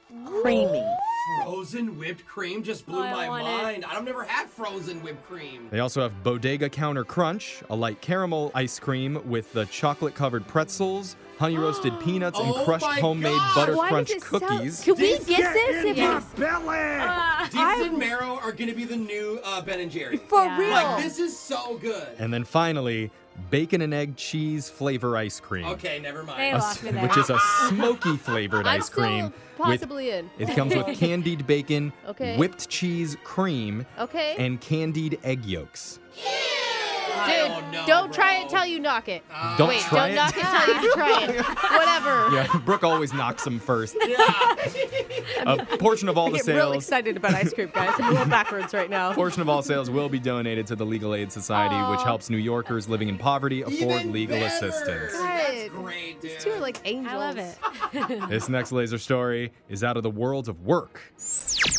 [SPEAKER 7] Creamy.
[SPEAKER 1] Uh,
[SPEAKER 3] Frozen whipped cream just
[SPEAKER 2] Oh,
[SPEAKER 3] blew
[SPEAKER 6] I
[SPEAKER 3] my
[SPEAKER 6] want it.
[SPEAKER 3] mind. I've never had frozen whipped cream.
[SPEAKER 1] They also have Bodega Counter Crunch, a light caramel ice cream with the chocolate covered pretzels, honey roasted peanuts, and
[SPEAKER 3] Oh
[SPEAKER 1] crushed
[SPEAKER 3] my
[SPEAKER 1] homemade
[SPEAKER 3] God!
[SPEAKER 1] butter
[SPEAKER 2] Why
[SPEAKER 1] crunch
[SPEAKER 2] does it
[SPEAKER 1] cookies.
[SPEAKER 2] Sound, can
[SPEAKER 3] This
[SPEAKER 2] we get this? If it's-
[SPEAKER 3] Deeps and marrow are gonna be the new uh, Ben and Jerry.
[SPEAKER 2] for
[SPEAKER 6] Yeah.
[SPEAKER 2] real.
[SPEAKER 3] Like this is so good.
[SPEAKER 1] and then finally, bacon and egg cheese flavor ice cream.
[SPEAKER 3] Okay, never mind.
[SPEAKER 6] They
[SPEAKER 1] A
[SPEAKER 6] lost
[SPEAKER 1] s-
[SPEAKER 6] me there.
[SPEAKER 1] which is a smoky flavored
[SPEAKER 2] I'm
[SPEAKER 1] ice cream.
[SPEAKER 2] still
[SPEAKER 1] with-
[SPEAKER 2] possibly in.
[SPEAKER 1] it comes with candied bacon,
[SPEAKER 2] Okay.
[SPEAKER 1] whipped cheese, cream,
[SPEAKER 2] Okay.
[SPEAKER 1] and candied egg yolks.
[SPEAKER 2] Dude,
[SPEAKER 3] don't
[SPEAKER 2] don't,
[SPEAKER 3] know,
[SPEAKER 2] try
[SPEAKER 3] bro. Uh,
[SPEAKER 2] it till you knock it.
[SPEAKER 1] Don't
[SPEAKER 2] Wait,
[SPEAKER 1] try
[SPEAKER 2] don't
[SPEAKER 1] it.
[SPEAKER 2] knock it till you try it. Whatever.
[SPEAKER 1] yeah, Brooke always knocks them first.
[SPEAKER 3] Yeah.
[SPEAKER 1] A portion of all the
[SPEAKER 2] I get real
[SPEAKER 1] sales,
[SPEAKER 2] excited about ice cream, guys. I'm a little backwards right now.
[SPEAKER 1] portion of all sales will be donated to the Legal Aid Society, which helps New Yorkers living in poverty afford
[SPEAKER 3] Even
[SPEAKER 1] legal
[SPEAKER 3] better.
[SPEAKER 1] assistance.
[SPEAKER 3] That's
[SPEAKER 2] Good.
[SPEAKER 3] great, dude.
[SPEAKER 2] These two are like angels.
[SPEAKER 6] I love it.
[SPEAKER 1] This next laser story is out of the world of work.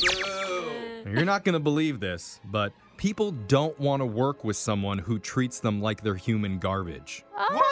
[SPEAKER 3] Boo.
[SPEAKER 1] Now, You're not going to believe this, but people don't want to work with someone who treats them like they're human garbage.
[SPEAKER 2] Oh.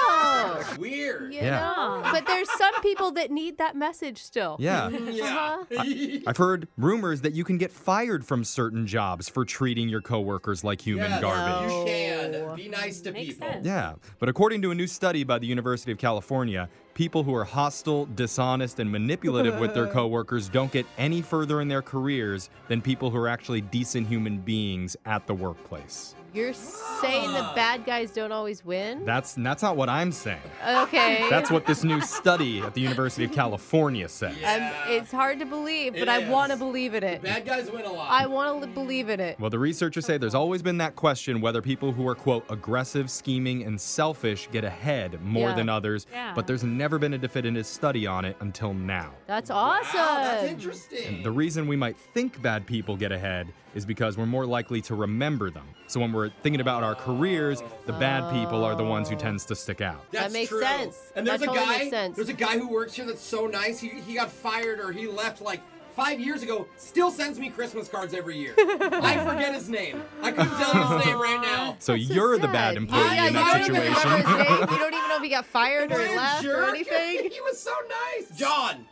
[SPEAKER 3] Weird.
[SPEAKER 2] You
[SPEAKER 1] Yeah.
[SPEAKER 2] know? But there's some people that need that message still.
[SPEAKER 1] Yeah.
[SPEAKER 3] Yeah.
[SPEAKER 2] Uh-huh.
[SPEAKER 1] I've heard rumors that you can get fired from certain jobs for treating your coworkers like human
[SPEAKER 3] Yes,
[SPEAKER 1] garbage.
[SPEAKER 3] You can.
[SPEAKER 2] Mm,
[SPEAKER 3] Be nice to
[SPEAKER 6] Makes
[SPEAKER 3] people.
[SPEAKER 6] sense.
[SPEAKER 1] Yeah, but according to a new study by the University of California, people who are hostile, dishonest, and manipulative with their coworkers don't get any further in their careers than people who are actually decent human beings at the workplace.
[SPEAKER 2] You're saying the bad guys don't always win?
[SPEAKER 1] That's that's not what I'm saying.
[SPEAKER 2] Okay.
[SPEAKER 1] That's what this new study at the University of California says.
[SPEAKER 3] Yeah.
[SPEAKER 2] I'm, Um, it's hard to believe,
[SPEAKER 3] It
[SPEAKER 2] but I want to
[SPEAKER 3] is.
[SPEAKER 2] believe in it.
[SPEAKER 3] Bad guys win a lot.
[SPEAKER 2] I want to believe in it.
[SPEAKER 1] Well, the researchers say there's always been that question whether people who are, quote, aggressive, scheming, and selfish get ahead more
[SPEAKER 2] Yeah.
[SPEAKER 1] than others,
[SPEAKER 6] Yeah.
[SPEAKER 1] but there's never been a definitive study on it until now.
[SPEAKER 2] That's awesome.
[SPEAKER 3] Wow, that's interesting.
[SPEAKER 1] The reason we might think bad people get ahead is because we're more likely to remember them. So when we're thinking about our careers, the bad people are the ones who tends to stick out.
[SPEAKER 3] That's
[SPEAKER 2] makes
[SPEAKER 3] true.
[SPEAKER 2] sense.
[SPEAKER 3] And there's
[SPEAKER 2] That
[SPEAKER 3] a
[SPEAKER 2] totally
[SPEAKER 3] guy.
[SPEAKER 2] makes sense.
[SPEAKER 3] There's a guy who works here that's so nice. He, he got fired or he left like five years ago. Still sends me Christmas cards every year. I forget his name. I couldn't tell you his name right now.
[SPEAKER 1] So
[SPEAKER 2] That's so
[SPEAKER 1] you're the
[SPEAKER 2] sad.
[SPEAKER 1] bad employee
[SPEAKER 3] Yeah,
[SPEAKER 1] in
[SPEAKER 3] yeah,
[SPEAKER 1] that
[SPEAKER 3] you don't even
[SPEAKER 1] situation.
[SPEAKER 2] remember his name. You don't even know if he got fired or
[SPEAKER 3] What a
[SPEAKER 2] left or
[SPEAKER 3] jerk.
[SPEAKER 2] anything.
[SPEAKER 3] he was so nice. John.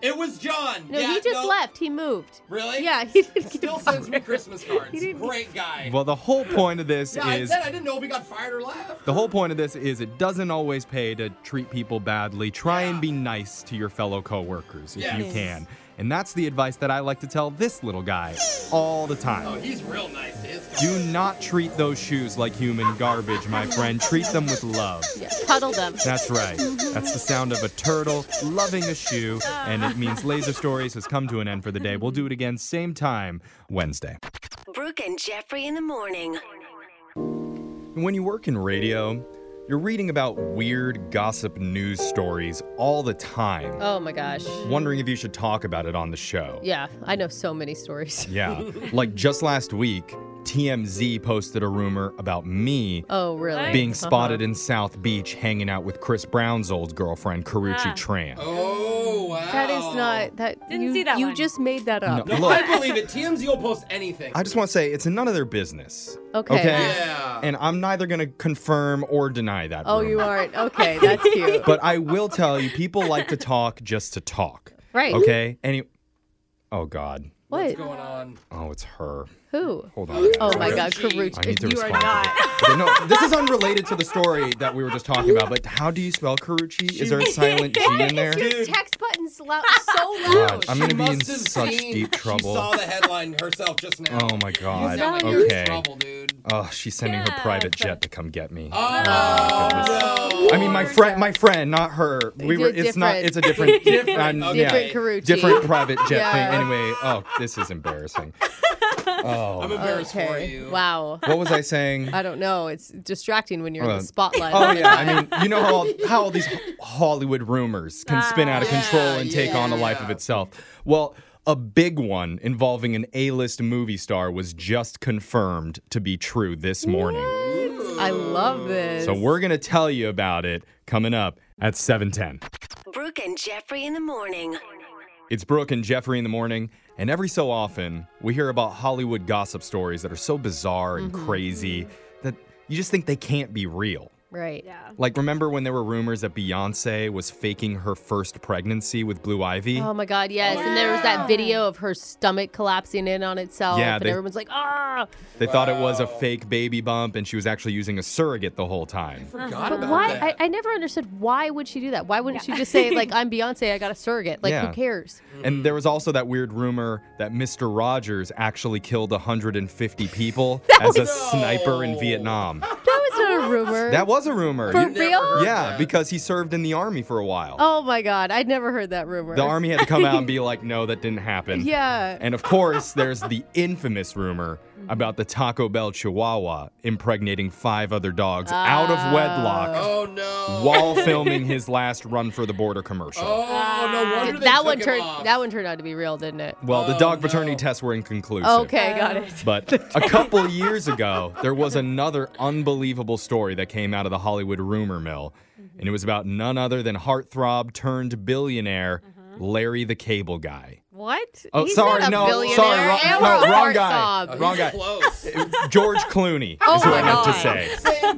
[SPEAKER 3] It was John.
[SPEAKER 2] No,
[SPEAKER 3] Yeah,
[SPEAKER 2] he just
[SPEAKER 3] no.
[SPEAKER 2] left. He moved.
[SPEAKER 3] Really?
[SPEAKER 2] Yeah, he didn't get
[SPEAKER 3] Still sends me Christmas cards. Great guy.
[SPEAKER 1] Well, the whole point of this
[SPEAKER 3] yeah, I
[SPEAKER 1] is
[SPEAKER 3] said I didn't know if he got fired or left.
[SPEAKER 1] the whole point of this is it doesn't always pay to treat people badly. Try and be nice to your fellow coworkers if you
[SPEAKER 3] Yes.
[SPEAKER 1] can. And that's the advice that I like to tell this little guy all the time.
[SPEAKER 3] Oh, he's real nice to his. Car.
[SPEAKER 1] Do not treat those shoes like human garbage, my friend. Treat them with love.
[SPEAKER 2] cuddle them.
[SPEAKER 1] That's right. That's the sound of a turtle loving a shoe, and it means Laser Stories has come to an end for the day. We'll do it again same time Wednesday.
[SPEAKER 8] Brooke and Jeffrey in the morning.
[SPEAKER 1] When you work in radio, you're reading about weird gossip news stories all the time,
[SPEAKER 2] Oh my gosh.
[SPEAKER 1] wondering if you should talk about it on the show.
[SPEAKER 2] Yeah, I know so many stories.
[SPEAKER 1] Yeah. Like just last week, TMZ posted a rumor about me
[SPEAKER 2] Oh, really?
[SPEAKER 1] being spotted in South Beach hanging out with Chris Brown's old girlfriend, Karuchi
[SPEAKER 6] Ah.
[SPEAKER 1] Tran.
[SPEAKER 3] Oh wow.
[SPEAKER 2] That is
[SPEAKER 3] Oh.
[SPEAKER 2] not that.
[SPEAKER 6] Didn't
[SPEAKER 2] you,
[SPEAKER 6] see that
[SPEAKER 2] You
[SPEAKER 6] one.
[SPEAKER 2] just made that
[SPEAKER 1] No,
[SPEAKER 2] up.
[SPEAKER 3] No,
[SPEAKER 1] look,
[SPEAKER 3] I believe it. TMZ will post anything.
[SPEAKER 1] I just want to say it's none of their business.
[SPEAKER 2] Okay.
[SPEAKER 3] Yeah.
[SPEAKER 1] And I'm neither going to confirm or deny that.
[SPEAKER 2] Oh,
[SPEAKER 1] rumor.
[SPEAKER 2] you aren't. Okay, that's cute.
[SPEAKER 1] But I will tell you, people like to talk just to talk.
[SPEAKER 2] Right.
[SPEAKER 1] Okay. Any. Oh God.
[SPEAKER 2] What?
[SPEAKER 3] What's going on?
[SPEAKER 1] Oh, it's her.
[SPEAKER 2] Who?
[SPEAKER 1] Hold on.
[SPEAKER 2] Oh my God,
[SPEAKER 1] I need to
[SPEAKER 2] Karuchi. You are
[SPEAKER 1] respond. to
[SPEAKER 2] not.
[SPEAKER 1] this. Okay, no, this is unrelated to the story that we were just talking about. But how do you spell Karuchi? Is there a silent G in there?
[SPEAKER 2] Your text buttons loud, so
[SPEAKER 1] God,
[SPEAKER 2] loud.
[SPEAKER 1] I'm gonna
[SPEAKER 3] She
[SPEAKER 1] be in
[SPEAKER 3] must have
[SPEAKER 1] such
[SPEAKER 3] seen-
[SPEAKER 1] deep trouble.
[SPEAKER 3] She saw the headline herself just now.
[SPEAKER 1] Oh my
[SPEAKER 3] You
[SPEAKER 1] God.
[SPEAKER 3] sound like you're in
[SPEAKER 1] okay.
[SPEAKER 3] trouble, dude.
[SPEAKER 1] Oh, she's sending her
[SPEAKER 6] Yeah,
[SPEAKER 1] private
[SPEAKER 6] so-
[SPEAKER 1] jet to come get me.
[SPEAKER 3] Oh, no.
[SPEAKER 1] I mean, my friend, my friend, not her. We
[SPEAKER 2] did
[SPEAKER 1] were. It's not.
[SPEAKER 2] different-
[SPEAKER 1] It's a different. um,
[SPEAKER 3] Different, okay.
[SPEAKER 1] yeah,
[SPEAKER 2] Different Karuchi.
[SPEAKER 1] different private jet
[SPEAKER 2] Yeah.
[SPEAKER 1] thing. Anyway, oh, this is embarrassing.
[SPEAKER 3] I'm
[SPEAKER 1] Oh,
[SPEAKER 3] embarrassed for
[SPEAKER 2] Okay.
[SPEAKER 3] you.
[SPEAKER 2] Wow.
[SPEAKER 1] what was I saying?
[SPEAKER 2] I don't know. It's distracting when you're in
[SPEAKER 1] Uh,
[SPEAKER 2] the spotlight.
[SPEAKER 1] Oh yeah, I mean, you know how all, how all these Hollywood rumors can spin out of
[SPEAKER 3] Ah.
[SPEAKER 1] control
[SPEAKER 3] Yeah,
[SPEAKER 1] and take on a life of
[SPEAKER 3] yeah.
[SPEAKER 1] itself. Well, a big one involving an A-list movie star was just confirmed to be true this morning. oh.
[SPEAKER 2] I love this.
[SPEAKER 1] So we're gonna tell you about it coming up at 7:10.
[SPEAKER 8] Brooke and Jeffrey in the morning.
[SPEAKER 1] It's Brooke and Jeffrey in the morning, and every so often we hear about Hollywood gossip stories that are so bizarre and crazy that you just think they can't be real.
[SPEAKER 2] Right.
[SPEAKER 6] Yeah.
[SPEAKER 1] Like, remember when there were rumors that Beyonce was faking her first pregnancy with Blue Ivy?
[SPEAKER 2] Oh my God, yes. And there was that video of her stomach collapsing in on itself,
[SPEAKER 1] Yeah,
[SPEAKER 2] and
[SPEAKER 1] they-
[SPEAKER 2] everyone's like, ah.
[SPEAKER 1] they thought it was a fake baby bump, and she was actually using a surrogate the whole time.
[SPEAKER 3] Forgot about
[SPEAKER 2] Why?
[SPEAKER 3] that.
[SPEAKER 2] I, I never understood why would she do that? Why wouldn't she just say like, I'm Beyonce, I got a surrogate? Like,
[SPEAKER 1] Yeah.
[SPEAKER 2] who cares?
[SPEAKER 1] And there was also that weird rumor that Mr. Rogers actually killed 150 people as a sniper in Vietnam.
[SPEAKER 2] That was not a rumor.
[SPEAKER 1] That was a rumor.
[SPEAKER 2] For
[SPEAKER 1] You-
[SPEAKER 2] real?
[SPEAKER 1] yeah, because he served in the army for a while.
[SPEAKER 2] Oh my God, I'd never heard that rumor.
[SPEAKER 1] The army had to come out and be like, no, that didn't happen.
[SPEAKER 2] Yeah.
[SPEAKER 1] And of course, there's the infamous rumor
[SPEAKER 2] Mm-hmm.
[SPEAKER 1] about the Taco Bell Chihuahua impregnating five other dogs out of wedlock
[SPEAKER 3] Oh no.
[SPEAKER 1] while filming his last Run for the Border commercial.
[SPEAKER 3] Oh no wonder they
[SPEAKER 2] that
[SPEAKER 3] took
[SPEAKER 2] one
[SPEAKER 3] him
[SPEAKER 2] turned
[SPEAKER 3] off.
[SPEAKER 2] that one turned out to be real, didn't it?
[SPEAKER 1] Well, the
[SPEAKER 3] Oh,
[SPEAKER 1] dog
[SPEAKER 3] no.
[SPEAKER 1] paternity tests were inconclusive.
[SPEAKER 2] Okay, got it.
[SPEAKER 1] But a couple years ago, there was another unbelievable story that came out of the Hollywood rumor mill,
[SPEAKER 2] Mm-hmm.
[SPEAKER 1] and it was about none other than heartthrob turned billionaire
[SPEAKER 2] Mm-hmm.
[SPEAKER 1] Larry the Cable Guy.
[SPEAKER 2] What?
[SPEAKER 1] Oh,
[SPEAKER 2] He's
[SPEAKER 1] sorry,
[SPEAKER 2] not a
[SPEAKER 1] no,
[SPEAKER 2] billionaire.
[SPEAKER 1] sorry, wrong-
[SPEAKER 2] and
[SPEAKER 1] no,
[SPEAKER 2] we're on
[SPEAKER 1] wrong guy.
[SPEAKER 2] Herzog.
[SPEAKER 1] Wrong guy.
[SPEAKER 3] Oh, Close.
[SPEAKER 1] George Clooney is who
[SPEAKER 2] Oh my
[SPEAKER 1] I meant to
[SPEAKER 2] God.
[SPEAKER 1] say.
[SPEAKER 3] Same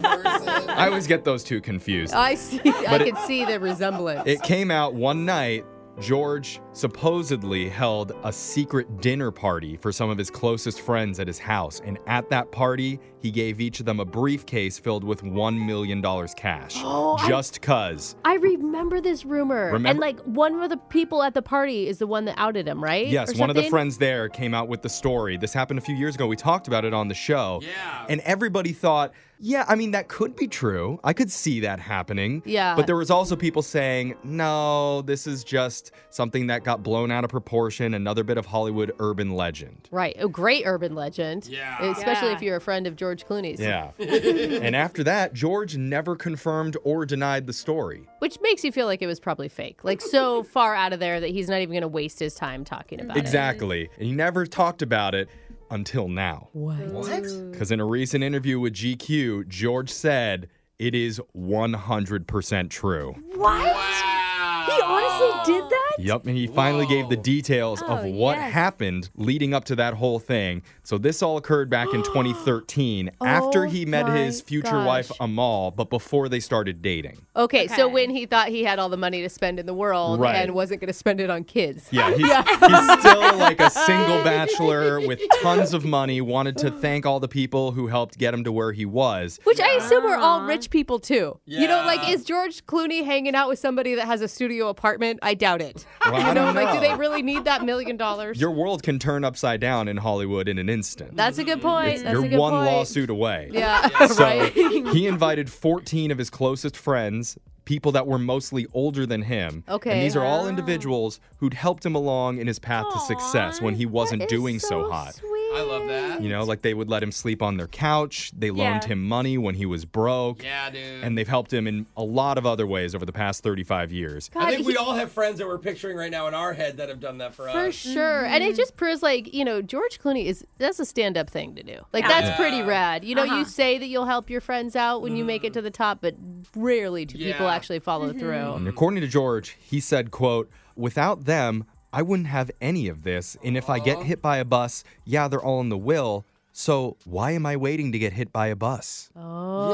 [SPEAKER 3] person.
[SPEAKER 1] I always get those two confused.
[SPEAKER 2] I see. I
[SPEAKER 1] But it-
[SPEAKER 2] could see the resemblance.
[SPEAKER 1] It came out one night. George supposedly held a secret dinner party for some of his closest friends at his house. And at that party, he gave each of them a briefcase filled with $1 million cash.
[SPEAKER 2] Oh,
[SPEAKER 1] just cuz.
[SPEAKER 2] I remember this rumor. And
[SPEAKER 1] Remember-
[SPEAKER 2] like one of the people at the party is the one that outed him, right?
[SPEAKER 1] Yes,
[SPEAKER 2] Or
[SPEAKER 1] one of the
[SPEAKER 2] something?
[SPEAKER 1] friends there came out with the story. This happened a few years ago. We talked about it on the show.
[SPEAKER 3] Yeah.
[SPEAKER 1] And everybody thought, yeah, I mean, that could be true. I could see that happening.
[SPEAKER 2] Yeah.
[SPEAKER 1] But there was also people saying, no, this is just something that got blown out of proportion, another bit of Hollywood urban legend.
[SPEAKER 2] Right. A great urban legend.
[SPEAKER 3] Yeah.
[SPEAKER 2] Especially
[SPEAKER 6] Yeah.
[SPEAKER 2] if you're a friend of George Clooney's.
[SPEAKER 1] Yeah. and after that, George never confirmed or denied the story.
[SPEAKER 2] Which makes you feel like it was probably fake. Like so far out of there that he's not even going to waste his time talking about it.
[SPEAKER 1] Exactly. And he never talked about it until now.
[SPEAKER 3] What?
[SPEAKER 1] Because in a recent interview with GQ, George said it is 100% true.
[SPEAKER 6] He honestly did that?
[SPEAKER 1] Yep, and he finally gave the details
[SPEAKER 2] Oh,
[SPEAKER 1] of what happened leading up to that whole thing. So this all occurred back in 2013 after
[SPEAKER 2] Oh
[SPEAKER 1] he met
[SPEAKER 2] my
[SPEAKER 1] his future wife
[SPEAKER 2] gosh.
[SPEAKER 1] Amal, but before they started dating.
[SPEAKER 2] Okay, so
[SPEAKER 6] Okay.
[SPEAKER 2] when he thought he had all the money to spend in the world
[SPEAKER 1] Right.
[SPEAKER 2] and wasn't going to spend it on kids.
[SPEAKER 1] Yeah, he's, he's still like a single bachelor with tons of money. Wanted to thank all the people who helped get him to where he was.
[SPEAKER 2] Which I assume are all rich people too. You know, like
[SPEAKER 3] Yeah.
[SPEAKER 2] is George Clooney hanging out with somebody that has a studio apartment? I doubt it.
[SPEAKER 1] Well, I
[SPEAKER 2] you know,
[SPEAKER 1] don't
[SPEAKER 2] like do
[SPEAKER 1] know.
[SPEAKER 2] they really need that million dollars?
[SPEAKER 1] Your world can turn upside down in Hollywood in an instant.
[SPEAKER 2] That's a good point. That's
[SPEAKER 1] You're
[SPEAKER 2] a good
[SPEAKER 1] one
[SPEAKER 2] point.
[SPEAKER 1] lawsuit away.
[SPEAKER 2] Yeah,
[SPEAKER 1] So
[SPEAKER 2] right.
[SPEAKER 1] he invited 14 of his closest friends, people that were mostly older than him.
[SPEAKER 2] Okay.
[SPEAKER 1] And these are all individuals who'd helped him along in his path to success when he wasn't doing so, hot.
[SPEAKER 3] I love that.
[SPEAKER 1] You know, like they would let him sleep on their couch, they loaned
[SPEAKER 6] Yeah.
[SPEAKER 1] him money when he was broke.
[SPEAKER 3] Yeah, dude.
[SPEAKER 1] And they've helped him in a lot of other ways over the past 35 years.
[SPEAKER 3] I think we all have friends that we're picturing right now in our head that have done that for,
[SPEAKER 2] For
[SPEAKER 3] us.
[SPEAKER 2] sure. And it just proves like, you know, George Clooney is that's a stand up thing to do. Like that's pretty rad. You know, you say that you'll help your friends out when you make it to the top, but rarely do people
[SPEAKER 3] Yeah.
[SPEAKER 2] actually follow through.
[SPEAKER 1] And according to George, he said, quote, without them, I wouldn't have any of this. And if I get hit by a bus, yeah, they're all in the will. So why am I waiting to get hit by a bus?
[SPEAKER 2] Oh,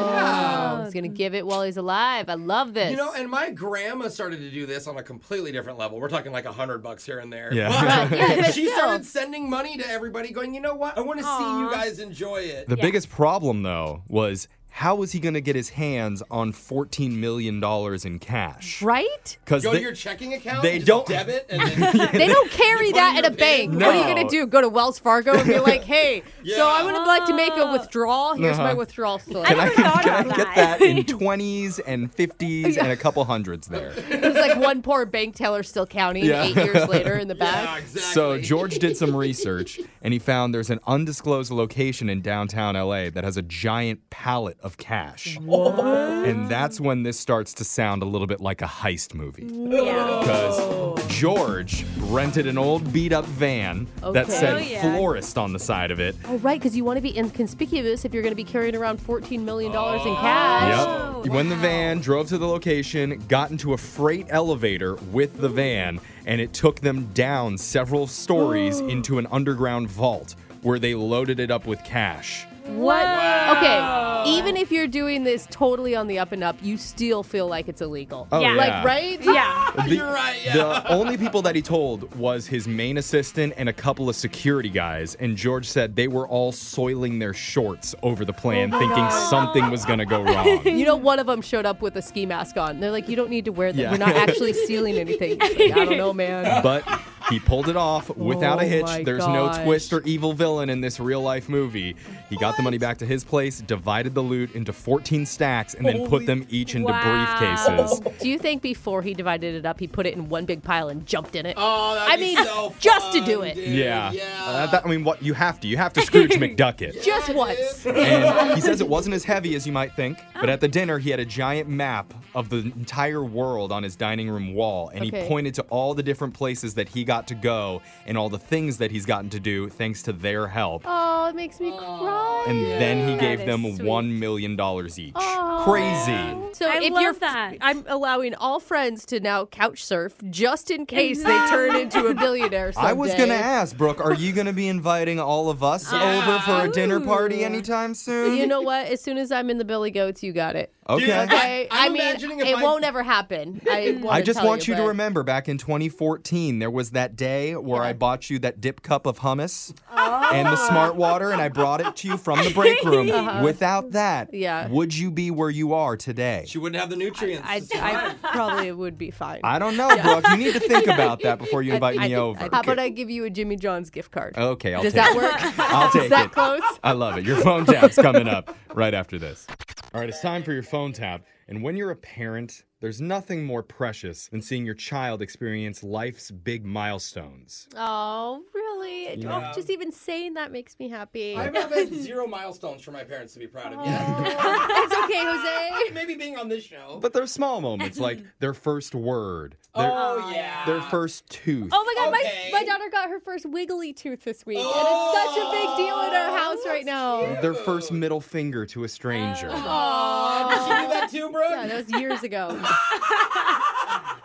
[SPEAKER 2] he's gonna give it while he's alive. I love this.
[SPEAKER 3] You know, and my grandma started to do this on a completely different level. We're talking like a hundred bucks here and there.
[SPEAKER 1] Yeah.
[SPEAKER 3] But
[SPEAKER 2] Yeah, but
[SPEAKER 3] she
[SPEAKER 2] still.
[SPEAKER 3] started sending money to everybody, going, you know what? I want to see you guys enjoy it.
[SPEAKER 1] The biggest problem, though, was how was he going to get his hands on $14 million in cash?
[SPEAKER 2] right?
[SPEAKER 1] Because
[SPEAKER 3] Go
[SPEAKER 1] they,
[SPEAKER 3] to your checking account.
[SPEAKER 1] they
[SPEAKER 3] and just
[SPEAKER 1] don't-
[SPEAKER 3] debit, and then
[SPEAKER 2] They don't carry
[SPEAKER 3] put it in
[SPEAKER 2] that
[SPEAKER 3] your
[SPEAKER 2] at a bank.
[SPEAKER 3] bank.
[SPEAKER 2] What are you
[SPEAKER 1] No.
[SPEAKER 2] gonna do? Go to Wells Fargo and be like, "Hey, so I would like to make a withdrawal. Here's my
[SPEAKER 1] Uh-huh.
[SPEAKER 2] withdrawal slip."
[SPEAKER 1] can I,
[SPEAKER 6] never thought
[SPEAKER 1] can I
[SPEAKER 6] about
[SPEAKER 1] get
[SPEAKER 6] that.
[SPEAKER 1] that in 20s and 50s and a couple hundreds there?
[SPEAKER 2] There's like one poor bank teller still counting
[SPEAKER 1] Yeah.
[SPEAKER 2] eight years later in the back.
[SPEAKER 3] yeah, exactly.
[SPEAKER 1] So George did some research and he found there's an undisclosed location in downtown LA that has a giant pallet of cash. And that's when this starts to sound a little bit like a heist movie.
[SPEAKER 6] Yeah.
[SPEAKER 1] Because George rented an old beat up van that
[SPEAKER 2] Okay.
[SPEAKER 1] said
[SPEAKER 2] Oh,
[SPEAKER 6] yeah.
[SPEAKER 1] florist on the side of it.
[SPEAKER 2] Oh, right, because you want to be inconspicuous if you're going to be carrying around $14 million in cash.
[SPEAKER 3] Oh,
[SPEAKER 1] Yep. He went in the van, drove to the location, got into a freight elevator with the van, and it took them down several stories into an underground vault where they loaded it up with cash.
[SPEAKER 2] What? Okay, even if you're doing this totally on the up and up, you still feel like it's illegal.
[SPEAKER 1] Oh,
[SPEAKER 6] Yeah.
[SPEAKER 1] yeah.
[SPEAKER 2] Like, right?
[SPEAKER 6] Yeah.
[SPEAKER 1] The,
[SPEAKER 3] Oh, You're right, yeah.
[SPEAKER 1] the only people that he told was his main assistant and a couple of security guys. And George said they were all soiling their shorts over the plan,
[SPEAKER 3] Oh
[SPEAKER 1] thinking something was going to go wrong.
[SPEAKER 2] You know, one of them showed up with a ski mask on. They're like, you don't need to wear that.
[SPEAKER 1] Yeah.
[SPEAKER 2] We're not actually stealing anything. He's like, I don't know, man.
[SPEAKER 1] but he pulled it off without a
[SPEAKER 2] Oh
[SPEAKER 1] hitch.
[SPEAKER 2] my
[SPEAKER 1] There's
[SPEAKER 2] gosh.
[SPEAKER 1] no twist or evil villain in this real life movie. He got the money back to his place, divided the loot into 14 stacks, and then put them each into
[SPEAKER 6] Wow.
[SPEAKER 1] briefcases.
[SPEAKER 2] Do you think before he divided it up, he put it in one big pile and jumped in it?
[SPEAKER 3] Oh, that'd
[SPEAKER 2] I
[SPEAKER 3] be
[SPEAKER 2] mean,
[SPEAKER 3] so
[SPEAKER 2] just to
[SPEAKER 3] fun,
[SPEAKER 2] do it.
[SPEAKER 3] dude.
[SPEAKER 1] Yeah.
[SPEAKER 3] Yeah.
[SPEAKER 1] Uh, that- I mean, what you have to. You have to Scrooge McDuck it.
[SPEAKER 2] Just once.
[SPEAKER 1] And he says it wasn't as heavy as you might think, but at the dinner, he had a giant map of the entire world on his dining room wall, and
[SPEAKER 2] Okay.
[SPEAKER 1] he pointed to all the different places that he got to go and all the things that he's gotten to do thanks to their help.
[SPEAKER 2] Oh, it makes me cry.
[SPEAKER 1] and then he
[SPEAKER 6] That
[SPEAKER 1] gave
[SPEAKER 6] is
[SPEAKER 1] them
[SPEAKER 6] sweet.
[SPEAKER 1] $1 million each.
[SPEAKER 2] Aw.
[SPEAKER 1] Crazy.
[SPEAKER 2] So
[SPEAKER 6] I
[SPEAKER 2] if
[SPEAKER 6] love
[SPEAKER 2] you're,
[SPEAKER 6] that.
[SPEAKER 2] I'm allowing all friends to now couch surf just in case they turn into a billionaire. Someday.
[SPEAKER 1] I was going to ask, Brooke, are you going to be inviting all of us over for a dinner party
[SPEAKER 6] Ooh.
[SPEAKER 1] anytime soon?
[SPEAKER 2] You know what? As soon as I'm in the Billy Goats, you got it.
[SPEAKER 1] okay.
[SPEAKER 2] I, I
[SPEAKER 3] I'm
[SPEAKER 2] mean,
[SPEAKER 3] imagining if
[SPEAKER 2] it
[SPEAKER 3] I-
[SPEAKER 2] won't ever happen. I, wanna
[SPEAKER 1] I just
[SPEAKER 2] tell
[SPEAKER 1] want you, to
[SPEAKER 2] but-
[SPEAKER 1] remember back in 2014, there was that day where I bought you that dip cup of hummus and the smart water, and I brought it to you from the break room. Without that,
[SPEAKER 2] Uh-huh. Yeah.
[SPEAKER 1] would you be where you are today?
[SPEAKER 3] She wouldn't have the nutrients.
[SPEAKER 2] I,
[SPEAKER 3] to
[SPEAKER 2] I
[SPEAKER 3] survive.
[SPEAKER 2] probably would be fine.
[SPEAKER 1] I don't know, Brooke. You need to think about that before you invite me over.
[SPEAKER 2] How about I give you a Jimmy John's gift card?
[SPEAKER 1] okay, I'll
[SPEAKER 2] Does
[SPEAKER 1] take it.
[SPEAKER 2] that work?
[SPEAKER 1] I'll take
[SPEAKER 2] Is that
[SPEAKER 1] it.
[SPEAKER 2] close?
[SPEAKER 1] I love it. Your phone tap's coming up right after this. All right, it's time for your phone tap. And when you're a parent, there's nothing more precious than seeing your child experience life's big milestones.
[SPEAKER 2] Oh, really? Oh, just even saying that makes me happy.
[SPEAKER 3] I've had zero milestones for my parents to be proud of yet.
[SPEAKER 2] Oh. it's okay, Jose.
[SPEAKER 3] Maybe being on this show.
[SPEAKER 1] But there's small moments like their first word, their,
[SPEAKER 3] oh, yeah.
[SPEAKER 1] their first tooth.
[SPEAKER 2] Oh my god,
[SPEAKER 3] Okay.
[SPEAKER 2] my, my daughter got her first wiggly tooth this week, and it's such a big deal in our house right now.
[SPEAKER 1] Their first middle finger to a stranger.
[SPEAKER 2] Oh.
[SPEAKER 3] Did you do that too, bro?
[SPEAKER 2] Yeah, that was years ago.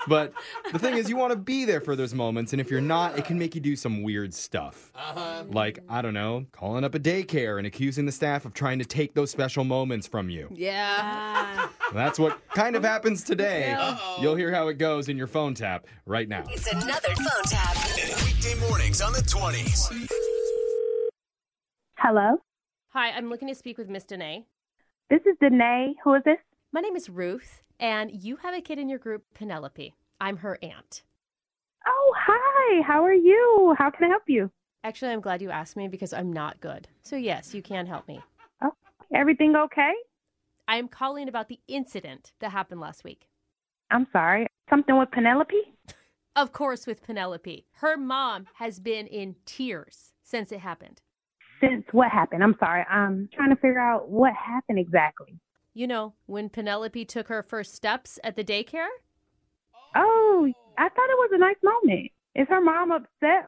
[SPEAKER 1] But the thing is, you want to be there for those moments, and if you're not, it can make you do some weird stuff.
[SPEAKER 3] uh-huh.
[SPEAKER 1] Like, I don't know, calling up a daycare and accusing the staff of trying to take those special moments from you.
[SPEAKER 2] Yeah.
[SPEAKER 1] That's what kind of happens today. You'll hear how it goes in your phone tap right now.
[SPEAKER 8] It's another phone tap.
[SPEAKER 7] Weekday mornings on the 20s.
[SPEAKER 9] Hello,
[SPEAKER 2] Hi, I'm looking to speak with Miss Danae.
[SPEAKER 9] this is Danae. Who is this?
[SPEAKER 2] My name is Ruth, and you have a kid in your group, Penelope. I'm her aunt.
[SPEAKER 9] Oh, hi. How are you? How can I help you?
[SPEAKER 2] Actually, I'm glad you asked me because I'm not good. So, yes, you can help me.
[SPEAKER 9] Oh, Everything okay?
[SPEAKER 2] I am calling about the incident that happened last week.
[SPEAKER 9] I'm sorry. Something with Penelope?
[SPEAKER 2] Of course, with Penelope. Her mom has been in tears since it happened.
[SPEAKER 9] Since what happened? I'm sorry. I'm trying to figure out what happened exactly.
[SPEAKER 2] You know, when Penelope took her first steps at the daycare?
[SPEAKER 9] Oh, I thought it was a nice moment. Is her mom upset?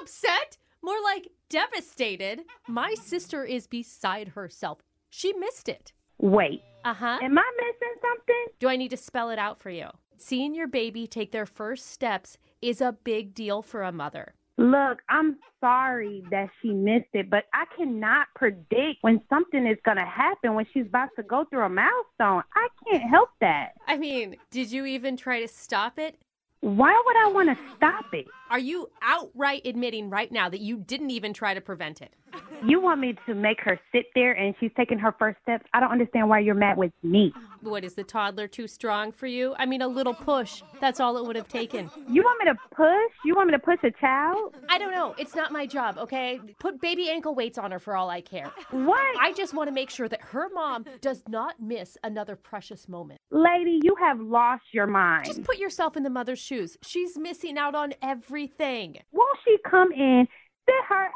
[SPEAKER 2] Upset? More like devastated. My sister is beside herself. She missed it.
[SPEAKER 9] Wait,
[SPEAKER 2] Uh huh.
[SPEAKER 9] am I missing something?
[SPEAKER 2] Do I need to spell it out for you? Seeing your baby take their first steps is a big deal for a mother.
[SPEAKER 9] Look, I'm sorry that she missed it, but I cannot predict when something is going to happen when she's about to go through a milestone. I can't help that.
[SPEAKER 2] I mean, did you even try to stop it?
[SPEAKER 9] Why would I want to stop it?
[SPEAKER 2] Are you outright admitting right now that you didn't even try to prevent it?
[SPEAKER 9] You want me to make her sit there and she's taking her first steps? I don't understand why you're mad with me.
[SPEAKER 2] What is the toddler too strong for you? I mean, a little push. That's all it would have taken.
[SPEAKER 9] You want me to push? You want me to push a child?
[SPEAKER 2] I don't know. It's not my job, okay? Put baby ankle weights on her for all I care.
[SPEAKER 9] What?
[SPEAKER 2] I just want to make sure that her mom does not miss another precious moment.
[SPEAKER 9] Lady, you have lost your mind.
[SPEAKER 2] Just put yourself in the mother's shoes. She's missing out on everything.
[SPEAKER 9] Won't she come in, sit her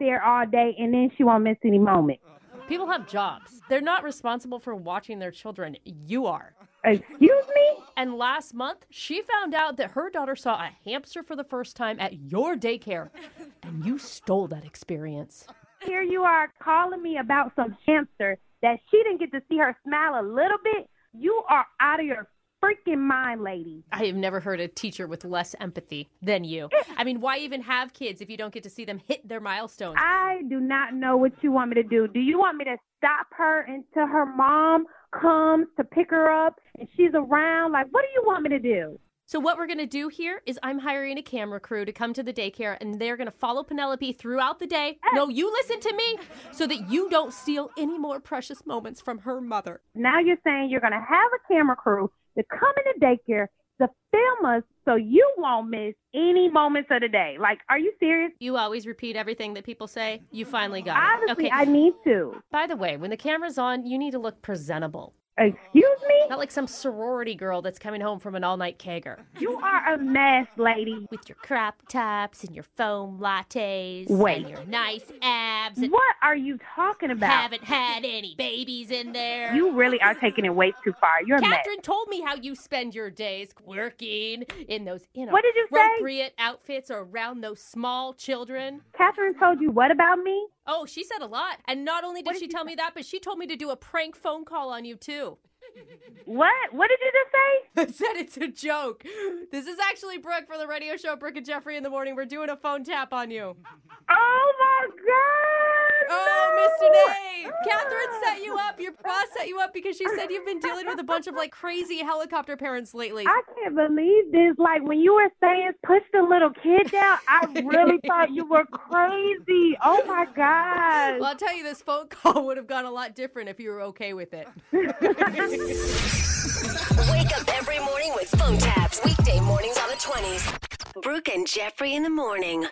[SPEAKER 9] there all day, and then she won't miss any moment?
[SPEAKER 2] People have jobs. They're not responsible for watching their children. You are.
[SPEAKER 9] Excuse me?
[SPEAKER 2] And last month, she found out that her daughter saw a hamster for the first time at your daycare, and you stole that experience.
[SPEAKER 9] Here you are calling me about some hamster that she didn't get to see her smile a little bit. You are out of your freaking mind, lady.
[SPEAKER 2] I have never heard a teacher with less empathy than you. I mean, why even have kids if you don't get to see them hit their milestones?
[SPEAKER 9] I do not know what you want me to do. Do you want me to stop her until her mom comes to pick her up and she's around? Like, what do you want me to do?
[SPEAKER 2] So what we're gonna do here is I'm hiring a camera crew to come to the daycare, and they're gonna follow Penelope throughout the day. No, you listen to me, so that you don't steal any more precious moments from her mother.
[SPEAKER 9] Now you're saying you're going to have a camera crew to come into daycare to film us so you won't miss any moments of the day. Like, are you serious?
[SPEAKER 2] You always repeat everything that people say. You finally got it.
[SPEAKER 9] Obviously, I need to.
[SPEAKER 2] By the way, when the camera's on, you need to look presentable,
[SPEAKER 9] Excuse me?
[SPEAKER 2] not like some sorority girl that's coming home from an all-night kegger
[SPEAKER 9] You are a mess, lady.
[SPEAKER 2] with your crop tops and your foam lattes
[SPEAKER 9] Wait.
[SPEAKER 2] and your nice abs and
[SPEAKER 9] What are you talking about?
[SPEAKER 2] haven't had any babies in there.
[SPEAKER 9] You really are taking it way too far. You're a mess.
[SPEAKER 2] Catherine told me how you spend your days working in those
[SPEAKER 9] What did you say?
[SPEAKER 2] inappropriate outfits or around those small children.
[SPEAKER 9] Catherine told you what about me?
[SPEAKER 2] Oh, she said a lot. And not only did she tell me that, but she told me to do a prank phone call on you, too.
[SPEAKER 9] What? What did you just say?
[SPEAKER 2] I said it's a joke. This is actually Brooke from the radio show Brooke and Jeffrey in the Morning. We're doing a phone tap on you.
[SPEAKER 9] Oh my God!
[SPEAKER 2] Oh, Mr. Nate! Catherine set you up. Your boss set you up because she said you've been dealing with a bunch of like crazy helicopter parents lately.
[SPEAKER 9] I can't believe this. Like when you were saying push the little kid down, I really thought you were crazy. Oh my
[SPEAKER 2] Well,
[SPEAKER 9] God.
[SPEAKER 2] I'll tell you, this phone call would have gone a lot different if you were okay with it.
[SPEAKER 8] Wake up every morning with phone taps. Weekday mornings on the 20s. Brooke and Jeffrey in the morning.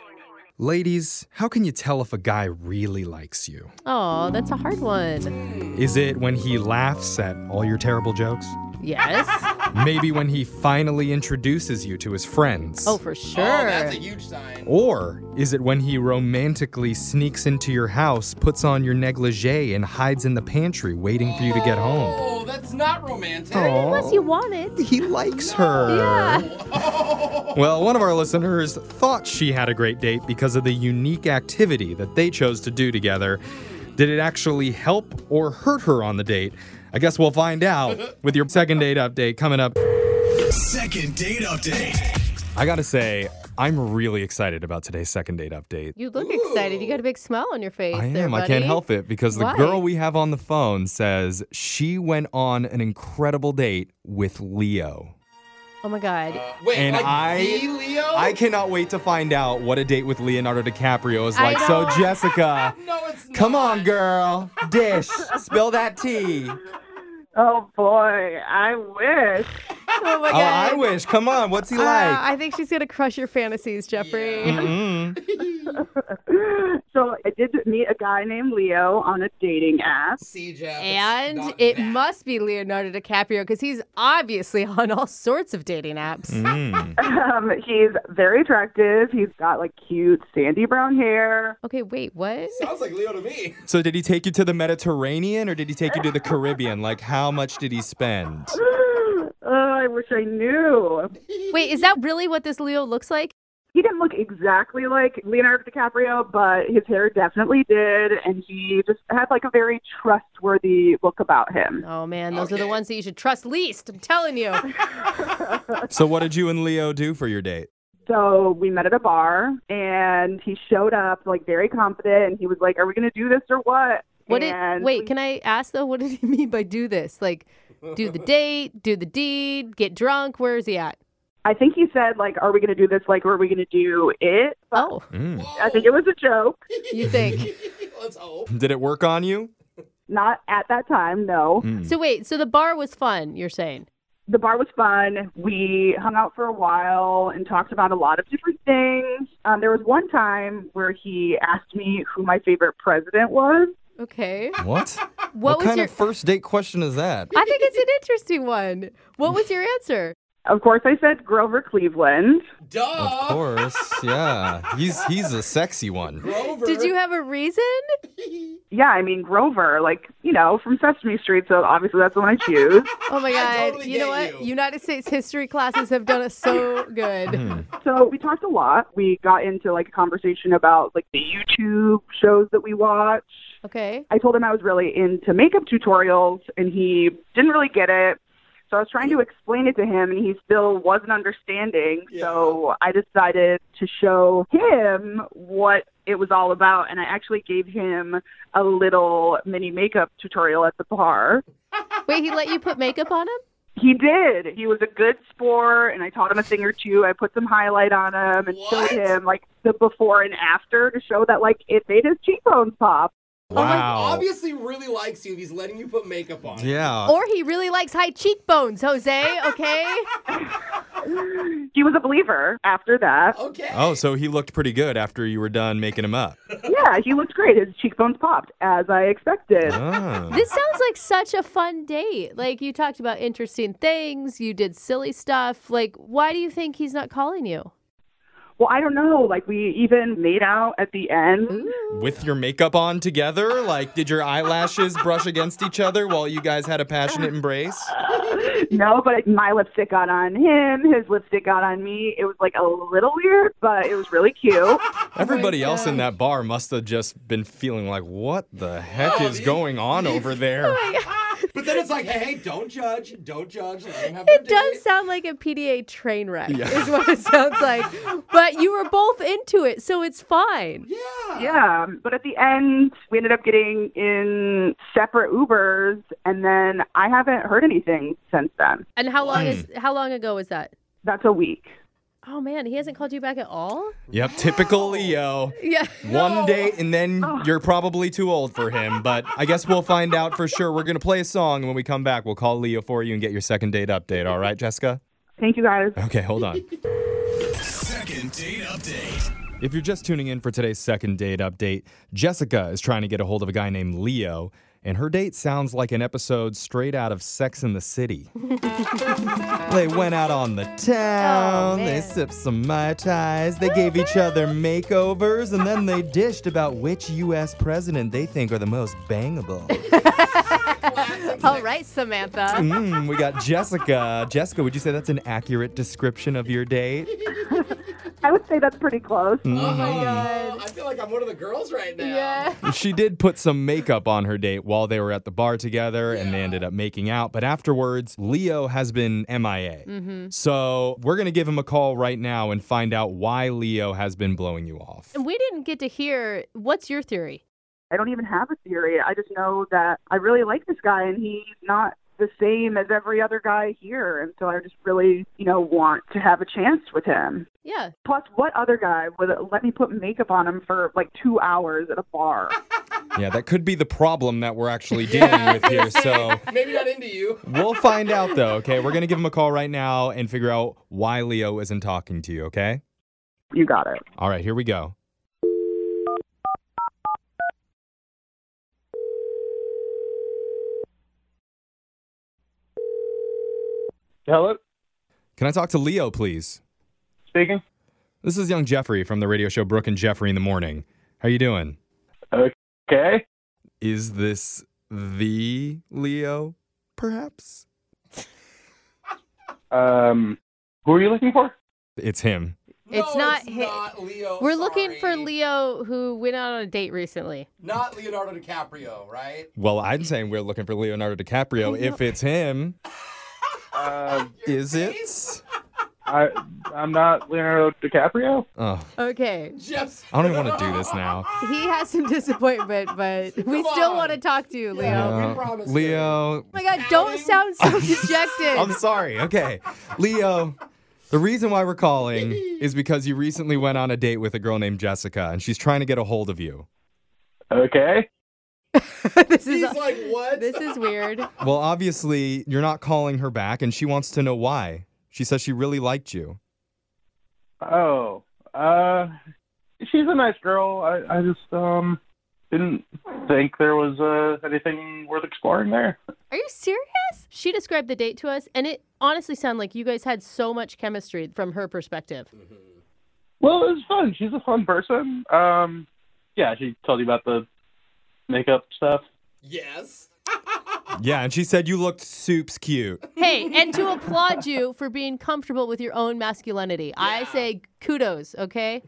[SPEAKER 1] Ladies, how can you tell if a guy really likes you?
[SPEAKER 2] Oh, that's a hard one.
[SPEAKER 1] Is it when he laughs at all your terrible jokes?
[SPEAKER 2] Yes.
[SPEAKER 1] Maybe when he finally introduces you to his friends?
[SPEAKER 2] Oh, for sure.
[SPEAKER 3] Oh, that's a huge sign.
[SPEAKER 1] Or is it when he romantically sneaks into your house, puts on your negligee, and hides in the pantry waiting for you to get home?
[SPEAKER 3] Oh, that's not romantic.
[SPEAKER 2] Unless you want it.
[SPEAKER 1] He likes her. Well, one of our listeners thought she had a great date because of the unique activity that they chose to do together. Did it actually help or hurt her on the date? I guess we'll find out with your second date update coming up.
[SPEAKER 7] Second date update.
[SPEAKER 1] I gotta say, I'm really excited about today's second date update.
[SPEAKER 2] You look excited. You got a big smile on your face.
[SPEAKER 1] I am.
[SPEAKER 2] there,
[SPEAKER 1] I can't
[SPEAKER 2] buddy.
[SPEAKER 1] help it because the
[SPEAKER 2] Why?
[SPEAKER 1] girl we have on the phone says she went on an incredible date with Leo.
[SPEAKER 2] Oh my God.
[SPEAKER 3] Wait,
[SPEAKER 1] And
[SPEAKER 3] like
[SPEAKER 1] I-
[SPEAKER 3] the Leo?
[SPEAKER 1] I cannot wait to find out what a date with Leonardo DiCaprio is
[SPEAKER 2] I
[SPEAKER 1] like. So,
[SPEAKER 2] know.
[SPEAKER 1] Jessica,
[SPEAKER 3] no, it's not.
[SPEAKER 1] come on, girl. Dish, spill that tea.
[SPEAKER 9] Oh boy, I wish.
[SPEAKER 2] oh my
[SPEAKER 1] Oh, I wish. Come on. What's he like?
[SPEAKER 2] Uh, I think she's gonna crush your fantasies, Jeffrey.
[SPEAKER 1] Mm.
[SPEAKER 10] So I did meet a guy named Leo on a dating app.
[SPEAKER 3] See, Jeff, it's
[SPEAKER 2] And
[SPEAKER 3] not
[SPEAKER 2] it
[SPEAKER 3] that.
[SPEAKER 2] must be Leonardo DiCaprio because he's obviously on all sorts of dating apps.
[SPEAKER 1] Mm.
[SPEAKER 10] Um, he's very attractive. He's got like cute sandy brown hair.
[SPEAKER 2] Okay, wait, what?
[SPEAKER 3] Sounds like Leo to me.
[SPEAKER 1] So, did he take you to the Mediterranean or did he take you to the Caribbean? Like, how much did he spend?
[SPEAKER 10] Oh, I wish I knew.
[SPEAKER 2] Wait, is that really what this Leo looks like?
[SPEAKER 10] He didn't look exactly like Leonardo DiCaprio, but his hair definitely did, and he just had like a very trustworthy look about him.
[SPEAKER 2] Oh man, those are the
[SPEAKER 3] Okay.
[SPEAKER 2] ones that you should trust least. I'm telling you.
[SPEAKER 1] So, what did you and Leo do for your date?
[SPEAKER 10] So we met at a bar, and he showed up like very confident, and he was like, "Are we gonna do this or what?"
[SPEAKER 2] What did?
[SPEAKER 10] And
[SPEAKER 2] Wait, can I ask though? What did he mean by do this? Like, do the date, do the deed, get drunk. Where is he at?
[SPEAKER 10] I think he said like, "Are we going to do this? Like, are we going to do it?" But
[SPEAKER 2] Oh,
[SPEAKER 1] Mm.
[SPEAKER 10] I think it was a joke.
[SPEAKER 2] you think?
[SPEAKER 3] Let's hope.
[SPEAKER 1] Did it work on you?
[SPEAKER 10] Not at that time, no.
[SPEAKER 1] Mm.
[SPEAKER 2] So wait, so the bar was fun. You're saying?
[SPEAKER 10] The bar was fun. We hung out for a while and talked about a lot of different things. Um, there was one time where he asked me who my favorite president was.
[SPEAKER 2] Okay.
[SPEAKER 1] What?
[SPEAKER 2] What, was
[SPEAKER 1] kind
[SPEAKER 2] your?
[SPEAKER 1] of first date question is that?
[SPEAKER 2] I think it's an interesting one. What was your answer?
[SPEAKER 10] Of course, I said Grover Cleveland.
[SPEAKER 3] Duh.
[SPEAKER 1] Of course, yeah. He's he's a sexy one.
[SPEAKER 2] Did you have a reason?
[SPEAKER 10] Yeah, I mean Grover, like you know, from Sesame Street. So obviously that's the one I choose.
[SPEAKER 2] Oh my god! you know what? United States history classes have done us so good.
[SPEAKER 10] So we talked a lot. We got into like a conversation about like the YouTube shows that we watch.
[SPEAKER 2] okay.
[SPEAKER 10] I told him I was really into makeup tutorials and he didn't really get it. So I was trying to explain it to him and he still wasn't understanding. So I decided to show him what it was all about and I actually gave him a little mini makeup tutorial at the bar.
[SPEAKER 2] Wait, he let you put makeup on him?
[SPEAKER 10] He did. He was a good sport, and I taught him a thing or two. I put some highlight on him and showed him like the before and after to show that like it made his cheekbones pop.
[SPEAKER 3] Oh,
[SPEAKER 1] Wow.
[SPEAKER 3] Obviously, really likes you if he's letting you put makeup on.
[SPEAKER 1] Yeah.
[SPEAKER 2] Or he really likes high cheekbones, Jose. Okay.
[SPEAKER 10] He was a believer after that.
[SPEAKER 3] Okay.
[SPEAKER 1] Oh, so he looked pretty good after you were done making him up.
[SPEAKER 10] Yeah, he looked great. His cheekbones popped as I expected.
[SPEAKER 1] Ah.
[SPEAKER 2] this sounds like such a fun date. Like you talked about interesting things, you did silly stuff. Like, why do you think he's not calling you?
[SPEAKER 10] Well, I don't know. Like we even made out at the end.
[SPEAKER 1] With your makeup on together, like did your eyelashes brush against each other while you guys had a passionate embrace?
[SPEAKER 10] No, but my lipstick got on him. His lipstick got on me. It was like a little weird, but it was really cute.
[SPEAKER 1] Everybody else in that bar must have just been feeling like, what the heck is going on over there?
[SPEAKER 3] But then it's like, hey, hey, don't judge, don't judge. Let him have their
[SPEAKER 2] It
[SPEAKER 3] day.
[SPEAKER 2] does sound like a PDA train wreck, is what it sounds like. But you were both into it, so it's fine.
[SPEAKER 10] Yeah, but at the end, we ended up getting in separate Ubers, and then I haven't heard anything since then.
[SPEAKER 2] And how long is how long ago was that?
[SPEAKER 10] That's a week.
[SPEAKER 2] Oh man, he hasn't called you back at all?
[SPEAKER 1] Yep, typical Leo.
[SPEAKER 2] Yeah.
[SPEAKER 1] One date and then you're probably too old for him, but I guess we'll find out for sure. We're going to play a song, and when we come back, we'll call Leo for you and get your second date update. All right, Jessica?
[SPEAKER 10] Thank you guys.
[SPEAKER 1] Okay, hold on.
[SPEAKER 7] Second date update.
[SPEAKER 1] If you're just tuning in for today's second date update, Jessica is trying to get a hold of a guy named Leo, and her date sounds like an episode straight out of Sex in the City. they went out on the town,
[SPEAKER 2] Oh,
[SPEAKER 1] they
[SPEAKER 2] man.
[SPEAKER 1] sipped some Mai Tais, they gave each other makeovers, and then they dished about which U.S. president they think are the most bangable.
[SPEAKER 2] All right, Samantha.
[SPEAKER 1] Mm, we got Jessica. Jessica, would you say that's an accurate description of your date?
[SPEAKER 10] I would say that's pretty close.
[SPEAKER 3] Oh, I feel like I'm one of the girls right now.
[SPEAKER 2] Yeah.
[SPEAKER 1] she did put some makeup on her date while they were at the bar together and they ended up making out. But afterwards, Leo has been MIA. So we're going to give him a call right now and find out why Leo has been blowing you off.
[SPEAKER 2] And we didn't get to hear what's your theory?
[SPEAKER 10] I don't even have a theory. I just know that I really like this guy, and he's not the same as every other guy here. And so I just really, you know, want to have a chance with him.
[SPEAKER 2] Yeah.
[SPEAKER 10] Plus, what other guy would let me put makeup on him for like two hours at a bar?
[SPEAKER 1] Yeah, that could be the problem that we're actually dealing with here. So
[SPEAKER 3] Maybe not into you.
[SPEAKER 1] we'll find out though, okay? We're going to give him a call right now and figure out why Leo isn't talking to you, okay?
[SPEAKER 10] You got it.
[SPEAKER 1] All right, here we go.
[SPEAKER 11] Hello,
[SPEAKER 1] Can I talk to Leo, please?
[SPEAKER 11] speaking.
[SPEAKER 1] This is young Jeffrey from the radio show Brooke and Jeffrey in the Morning. How you doing?
[SPEAKER 11] Okay.
[SPEAKER 1] Is this the Leo, perhaps?
[SPEAKER 11] Um, who are you looking for?
[SPEAKER 1] It's him.
[SPEAKER 2] it's not, hi-
[SPEAKER 3] Leo.
[SPEAKER 2] We're looking for
[SPEAKER 3] Oh, sorry.
[SPEAKER 2] Leo who went out on a date recently.
[SPEAKER 3] Not Leonardo DiCaprio, right?
[SPEAKER 1] Well, I'm saying we're looking for Leonardo DiCaprio. If it's him,
[SPEAKER 11] Uh,
[SPEAKER 1] is it?
[SPEAKER 11] I I'm not Leonardo DiCaprio.
[SPEAKER 1] Oh,
[SPEAKER 2] Okay.
[SPEAKER 3] Just
[SPEAKER 1] I don't even want to do this now.
[SPEAKER 2] He has some disappointment, but we
[SPEAKER 3] Come
[SPEAKER 2] still
[SPEAKER 3] on.
[SPEAKER 2] want to talk to you, Leo.
[SPEAKER 1] Yeah.
[SPEAKER 3] we promised you.
[SPEAKER 1] Leo,
[SPEAKER 2] Oh my god, don't sound so
[SPEAKER 1] I'm
[SPEAKER 2] dejected.
[SPEAKER 1] sorry. Okay, Leo. The reason why we're calling is because you recently went on a date with a girl named Jessica, and she's trying to get a hold of you.
[SPEAKER 11] Okay.
[SPEAKER 2] this is
[SPEAKER 3] He's like, what?
[SPEAKER 2] this is weird.
[SPEAKER 1] Well, obviously, you're not calling her back, and she wants to know why. She says she really liked you.
[SPEAKER 11] Oh. Uh, she's a nice girl. I I just um didn't think there was uh anything worth exploring there.
[SPEAKER 2] Are you serious? us? She described the date to us, and it honestly sounded like you guys had so much chemistry from her perspective.
[SPEAKER 11] Well, it was fun. She's a fun person. Um, yeah, she told you about the makeup stuff.
[SPEAKER 3] Yes.
[SPEAKER 1] Yeah, and she said you looked soups cute.
[SPEAKER 2] Hey, and to applaud you for being comfortable with your own masculinity. I say kudos, okay?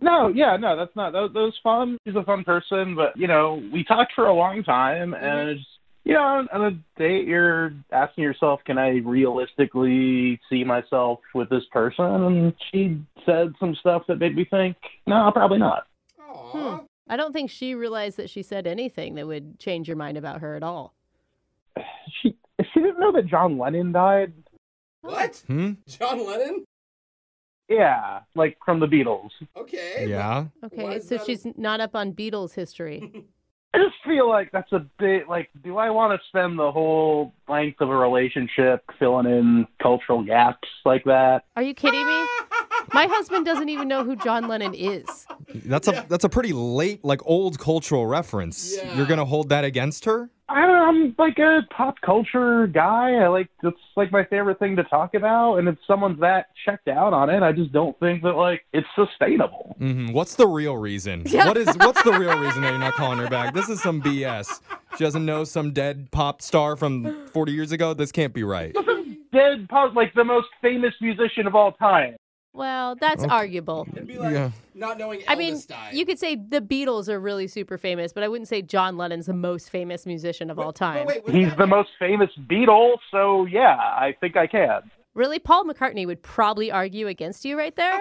[SPEAKER 11] No, yeah, no, that's not. That, that was fun. She's a fun person, but you know, we talked for a long time, and it's, you know, on, on a date, you're asking yourself, can I realistically see myself with this person? And she said some stuff that made me think, no, probably not.
[SPEAKER 2] Hmm. I don't think she realized that she said anything that would change your mind about her at all.
[SPEAKER 11] She didn't know that John Lennon died.
[SPEAKER 3] What?
[SPEAKER 1] Hmm?
[SPEAKER 3] John Lennon?
[SPEAKER 11] Yeah, like from the Beatles.
[SPEAKER 3] Okay.
[SPEAKER 1] Yeah.
[SPEAKER 2] Okay, so she's not up on Beatles history.
[SPEAKER 11] I just feel like that's a bit like, do I want to spend the whole length of a relationship filling in cultural gaps like that?
[SPEAKER 2] Are you kidding me? My husband doesn't even know who John Lennon is.
[SPEAKER 1] That's a that's a pretty late, like old cultural reference. You're gonna hold that against her?
[SPEAKER 11] I don't know, I'm like a pop culture guy. I like that's like my favorite thing to talk about, and if someone's that checked out on it, I just don't think that like it's sustainable.
[SPEAKER 1] hmm What's the real reason?
[SPEAKER 11] Yeah.
[SPEAKER 1] What is what's the real reason that you're not calling her back? This is some BS. She doesn't know some dead pop star from 40 years ago. This can't be right.
[SPEAKER 11] Dead pop, like the most famous musician of all time.
[SPEAKER 2] Well, that's
[SPEAKER 1] Okay.
[SPEAKER 2] arguable.
[SPEAKER 1] yeah.
[SPEAKER 3] Not knowing
[SPEAKER 2] I mean, you could say the Beatles are really super famous, but I wouldn't say John Lennon's the most famous musician of all time.
[SPEAKER 11] He's the most famous Beatle, so yeah, I think I can.
[SPEAKER 2] Really, Paul McCartney would probably argue against you right there.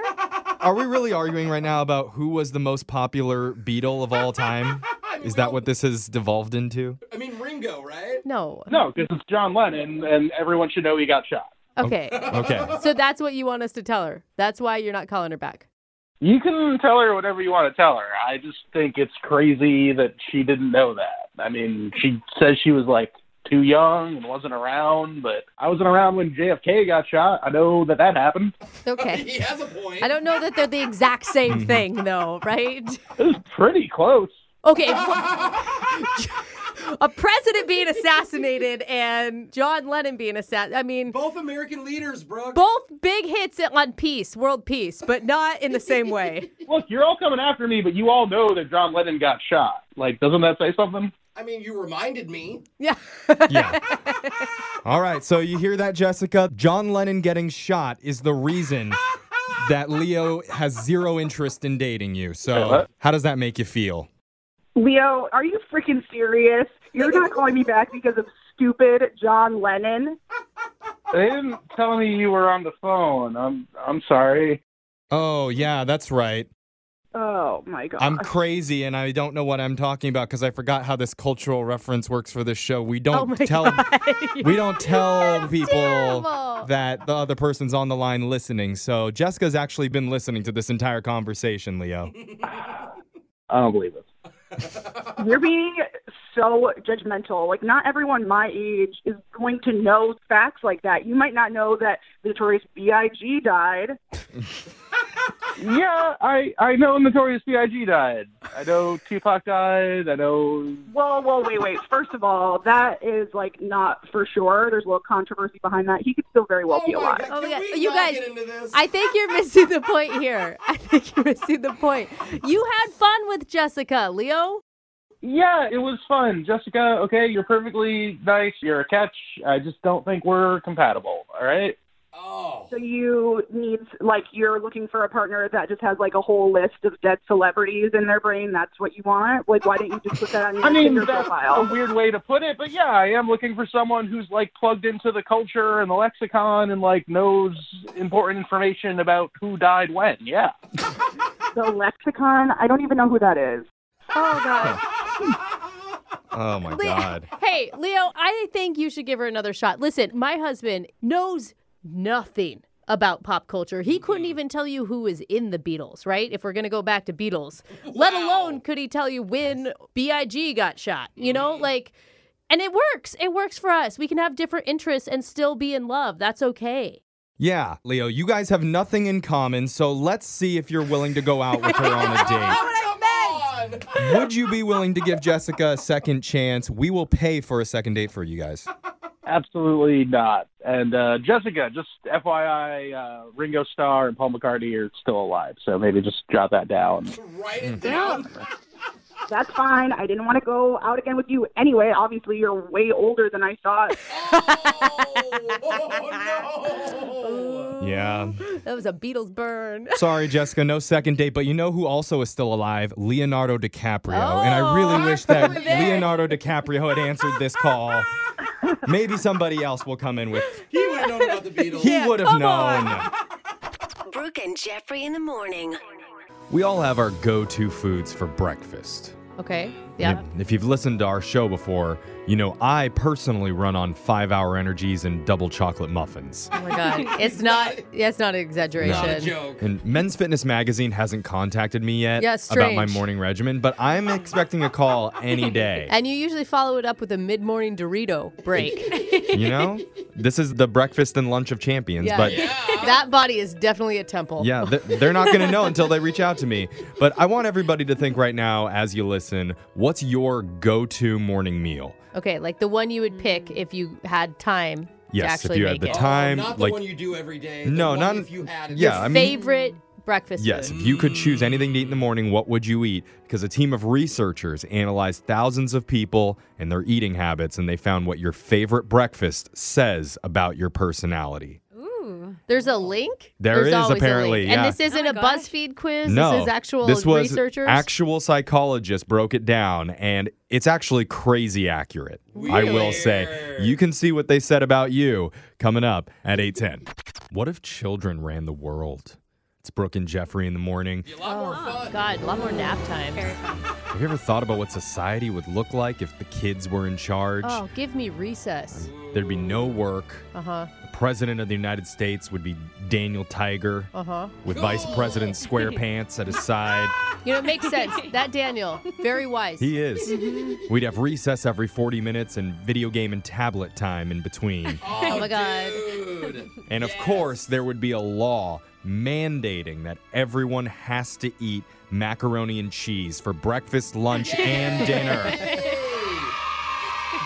[SPEAKER 1] Are we really arguing right now about who was the most popular Beatle of all time? Is that what this has devolved into?
[SPEAKER 3] I mean, Ringo, right?
[SPEAKER 2] No.
[SPEAKER 11] No, because it's John Lennon, and everyone should know he got shot.
[SPEAKER 2] Okay.
[SPEAKER 1] Okay.
[SPEAKER 2] So that's what you want us to tell her. That's why you're not calling her back.
[SPEAKER 11] You can tell her whatever you want to tell her. I just think it's crazy that she didn't know that. I mean, she says she was like too young and wasn't around, but I wasn't around when JFK got shot. I know that that happened.
[SPEAKER 2] Okay. he has a point. I don't know that they're the exact same thing, though, right?
[SPEAKER 11] Pretty close.
[SPEAKER 2] Okay. a president being assassinated and John Lennon being assassinated. I mean,
[SPEAKER 3] both American leaders, bro.
[SPEAKER 2] Both big hits on peace, world peace, but not in the same way.
[SPEAKER 11] Look, you're all coming after me, but you all know that John Lennon got shot. Like, doesn't that say something?
[SPEAKER 3] I mean, you reminded me.
[SPEAKER 2] Yeah.
[SPEAKER 1] Yeah. All right, so you hear that, Jessica? John Lennon getting shot is the reason that Leo has zero interest in dating you. So, how does that make you feel?
[SPEAKER 10] Leo, are you freaking serious? You're not calling me back because of stupid John Lennon.
[SPEAKER 11] They didn't tell me you were on the phone. I'm I'm sorry.
[SPEAKER 1] Oh, yeah, that's right.
[SPEAKER 10] Oh my god.
[SPEAKER 1] I'm crazy and I don't know what I'm talking about because I forgot how this cultural reference works for this show. We
[SPEAKER 10] Oh my
[SPEAKER 1] don't tell we don't tell people
[SPEAKER 10] terrible.
[SPEAKER 1] that the other person's on the line listening. So Jessica's actually been listening to this entire conversation, Leo.
[SPEAKER 11] I don't believe it.
[SPEAKER 10] You're being so judgmental. Like, not everyone my age is going to know facts like that. You might not know that Notorious B.I.G. died.
[SPEAKER 11] yeah, I I know Notorious B.I.G. died. I know Tupac died. I know.
[SPEAKER 10] Whoa, whoa, wait, wait. First of all, that is like not for sure. There's a little controversy behind that. He could still very well be alive.
[SPEAKER 2] Oh my God. You guys, I think you're missing the point here. I think you're missing the point. You had fun with Jessica, Leo.
[SPEAKER 11] Yeah, it was fun, Jessica. Okay, you're perfectly nice. You're a catch. I just don't think we're compatible. All right.
[SPEAKER 3] Oh.
[SPEAKER 10] So you need like you're looking for a partner that just has like a whole list of dead celebrities in their brain. That's what you want. Like, why didn't you just put that on your
[SPEAKER 11] I mean,
[SPEAKER 10] Tinder
[SPEAKER 11] that's
[SPEAKER 10] profile?
[SPEAKER 11] a weird way to put it, but yeah, I am looking for someone who's like plugged into the culture and the lexicon and like knows important information about who died when. Yeah.
[SPEAKER 10] the lexicon. I don't even know who that is.
[SPEAKER 2] Oh god.
[SPEAKER 1] Oh my god.
[SPEAKER 2] Hey, Leo, I think you should give her another shot. Listen, my husband knows nothing about pop culture. He couldn't even tell you who is in the Beatles, right? If we're going to go back to Beatles. Let alone could he tell you when BIG got shot. You know, like and it works. It works for us. We can have different interests and still be in love. That's okay.
[SPEAKER 1] Yeah, Leo, you guys have nothing in common, so let's see if you're willing to go out with her on a date. Would you be willing to give Jessica a second chance? We will pay for a second date for you guys.
[SPEAKER 11] Absolutely not. And uh, Jessica, just FYI, uh, Ringo Starr and Paul McCartney are still alive, so maybe just jot that down.
[SPEAKER 12] Write it down.
[SPEAKER 10] That's fine. I didn't want to go out again with you anyway. Obviously, you're way older than I thought.
[SPEAKER 1] Yeah.
[SPEAKER 2] That was a Beatles burn.
[SPEAKER 1] Sorry, Jessica, no second date. But you know who also is still alive? Leonardo DiCaprio. and I
[SPEAKER 2] Oh,
[SPEAKER 1] really wish that Leonardo DiCaprio had answered this call. Maybe somebody else will come in with.
[SPEAKER 3] He would have known about the Beatles.
[SPEAKER 1] He would have known.
[SPEAKER 8] Brooke and Jeffrey in the morning.
[SPEAKER 1] We all have our go to foods for breakfast.
[SPEAKER 2] Okay.
[SPEAKER 1] And If, if you've listened to our show before, you know I personally run on five hour energies and double chocolate muffins.
[SPEAKER 2] Oh my god. It's not yeah, it's not an exaggeration.
[SPEAKER 1] And Men's Fitness Magazine hasn't contacted me yet
[SPEAKER 2] Yeah,
[SPEAKER 1] about my
[SPEAKER 2] strange.
[SPEAKER 1] morning regimen, but I'm expecting a call any day.
[SPEAKER 2] And you usually follow it up with a mid morning Dorito break.
[SPEAKER 1] you know, this is the breakfast and lunch of champions, but
[SPEAKER 2] that body is definitely a temple.
[SPEAKER 1] Yeah, th- they're not going to know until they reach out to me. But I want everybody to think right now as you listen what's your go to morning meal?
[SPEAKER 2] Okay, like the one you would pick if you had time to
[SPEAKER 1] Yes,
[SPEAKER 2] actually
[SPEAKER 1] if you
[SPEAKER 2] make
[SPEAKER 1] had the
[SPEAKER 2] it.
[SPEAKER 1] time.
[SPEAKER 3] Oh, Not the
[SPEAKER 1] like,
[SPEAKER 3] one you do every day. the
[SPEAKER 1] no,
[SPEAKER 3] one
[SPEAKER 1] not
[SPEAKER 3] if you had it.
[SPEAKER 1] Yeah,
[SPEAKER 2] Your
[SPEAKER 1] I mean-
[SPEAKER 2] favorite breakfast
[SPEAKER 1] Yes,
[SPEAKER 2] food.
[SPEAKER 1] if you could choose anything to eat in the morning, what would you eat? Because a team of researchers analyzed thousands of people and their eating habits, and they found what your favorite breakfast says about your personality.
[SPEAKER 2] There's a link.
[SPEAKER 1] There
[SPEAKER 2] There's
[SPEAKER 1] is
[SPEAKER 2] always
[SPEAKER 1] apparently,
[SPEAKER 2] a link.
[SPEAKER 1] yeah.
[SPEAKER 2] And this isn't a BuzzFeed quiz.
[SPEAKER 1] no,
[SPEAKER 2] this is actual
[SPEAKER 1] this was
[SPEAKER 2] researchers.
[SPEAKER 1] Actual psychologists broke it down, and it's actually crazy accurate. I will say, you can see what they said about you coming up at eight ten. What if children ran the world? It's Brooke and Jeffrey in the morning.
[SPEAKER 2] a lot more fun. Oh God, a lot more nap time.
[SPEAKER 1] Have you ever thought about what society would look like if the kids were in charge?
[SPEAKER 2] Oh, give me recess.
[SPEAKER 1] There'd be no work.
[SPEAKER 2] Uh huh.
[SPEAKER 1] The president of the United States would be Daniel Tiger
[SPEAKER 2] Uh huh.
[SPEAKER 1] with Vice President Squarepants at his side.
[SPEAKER 2] You know, it makes sense. That Daniel, very wise.
[SPEAKER 1] He is. We'd have recess every 40 minutes and video game and tablet time in between.
[SPEAKER 2] Oh my god.
[SPEAKER 1] And of course, there would be a law mandating that everyone has to eat macaroni and cheese for breakfast, lunch, and dinner.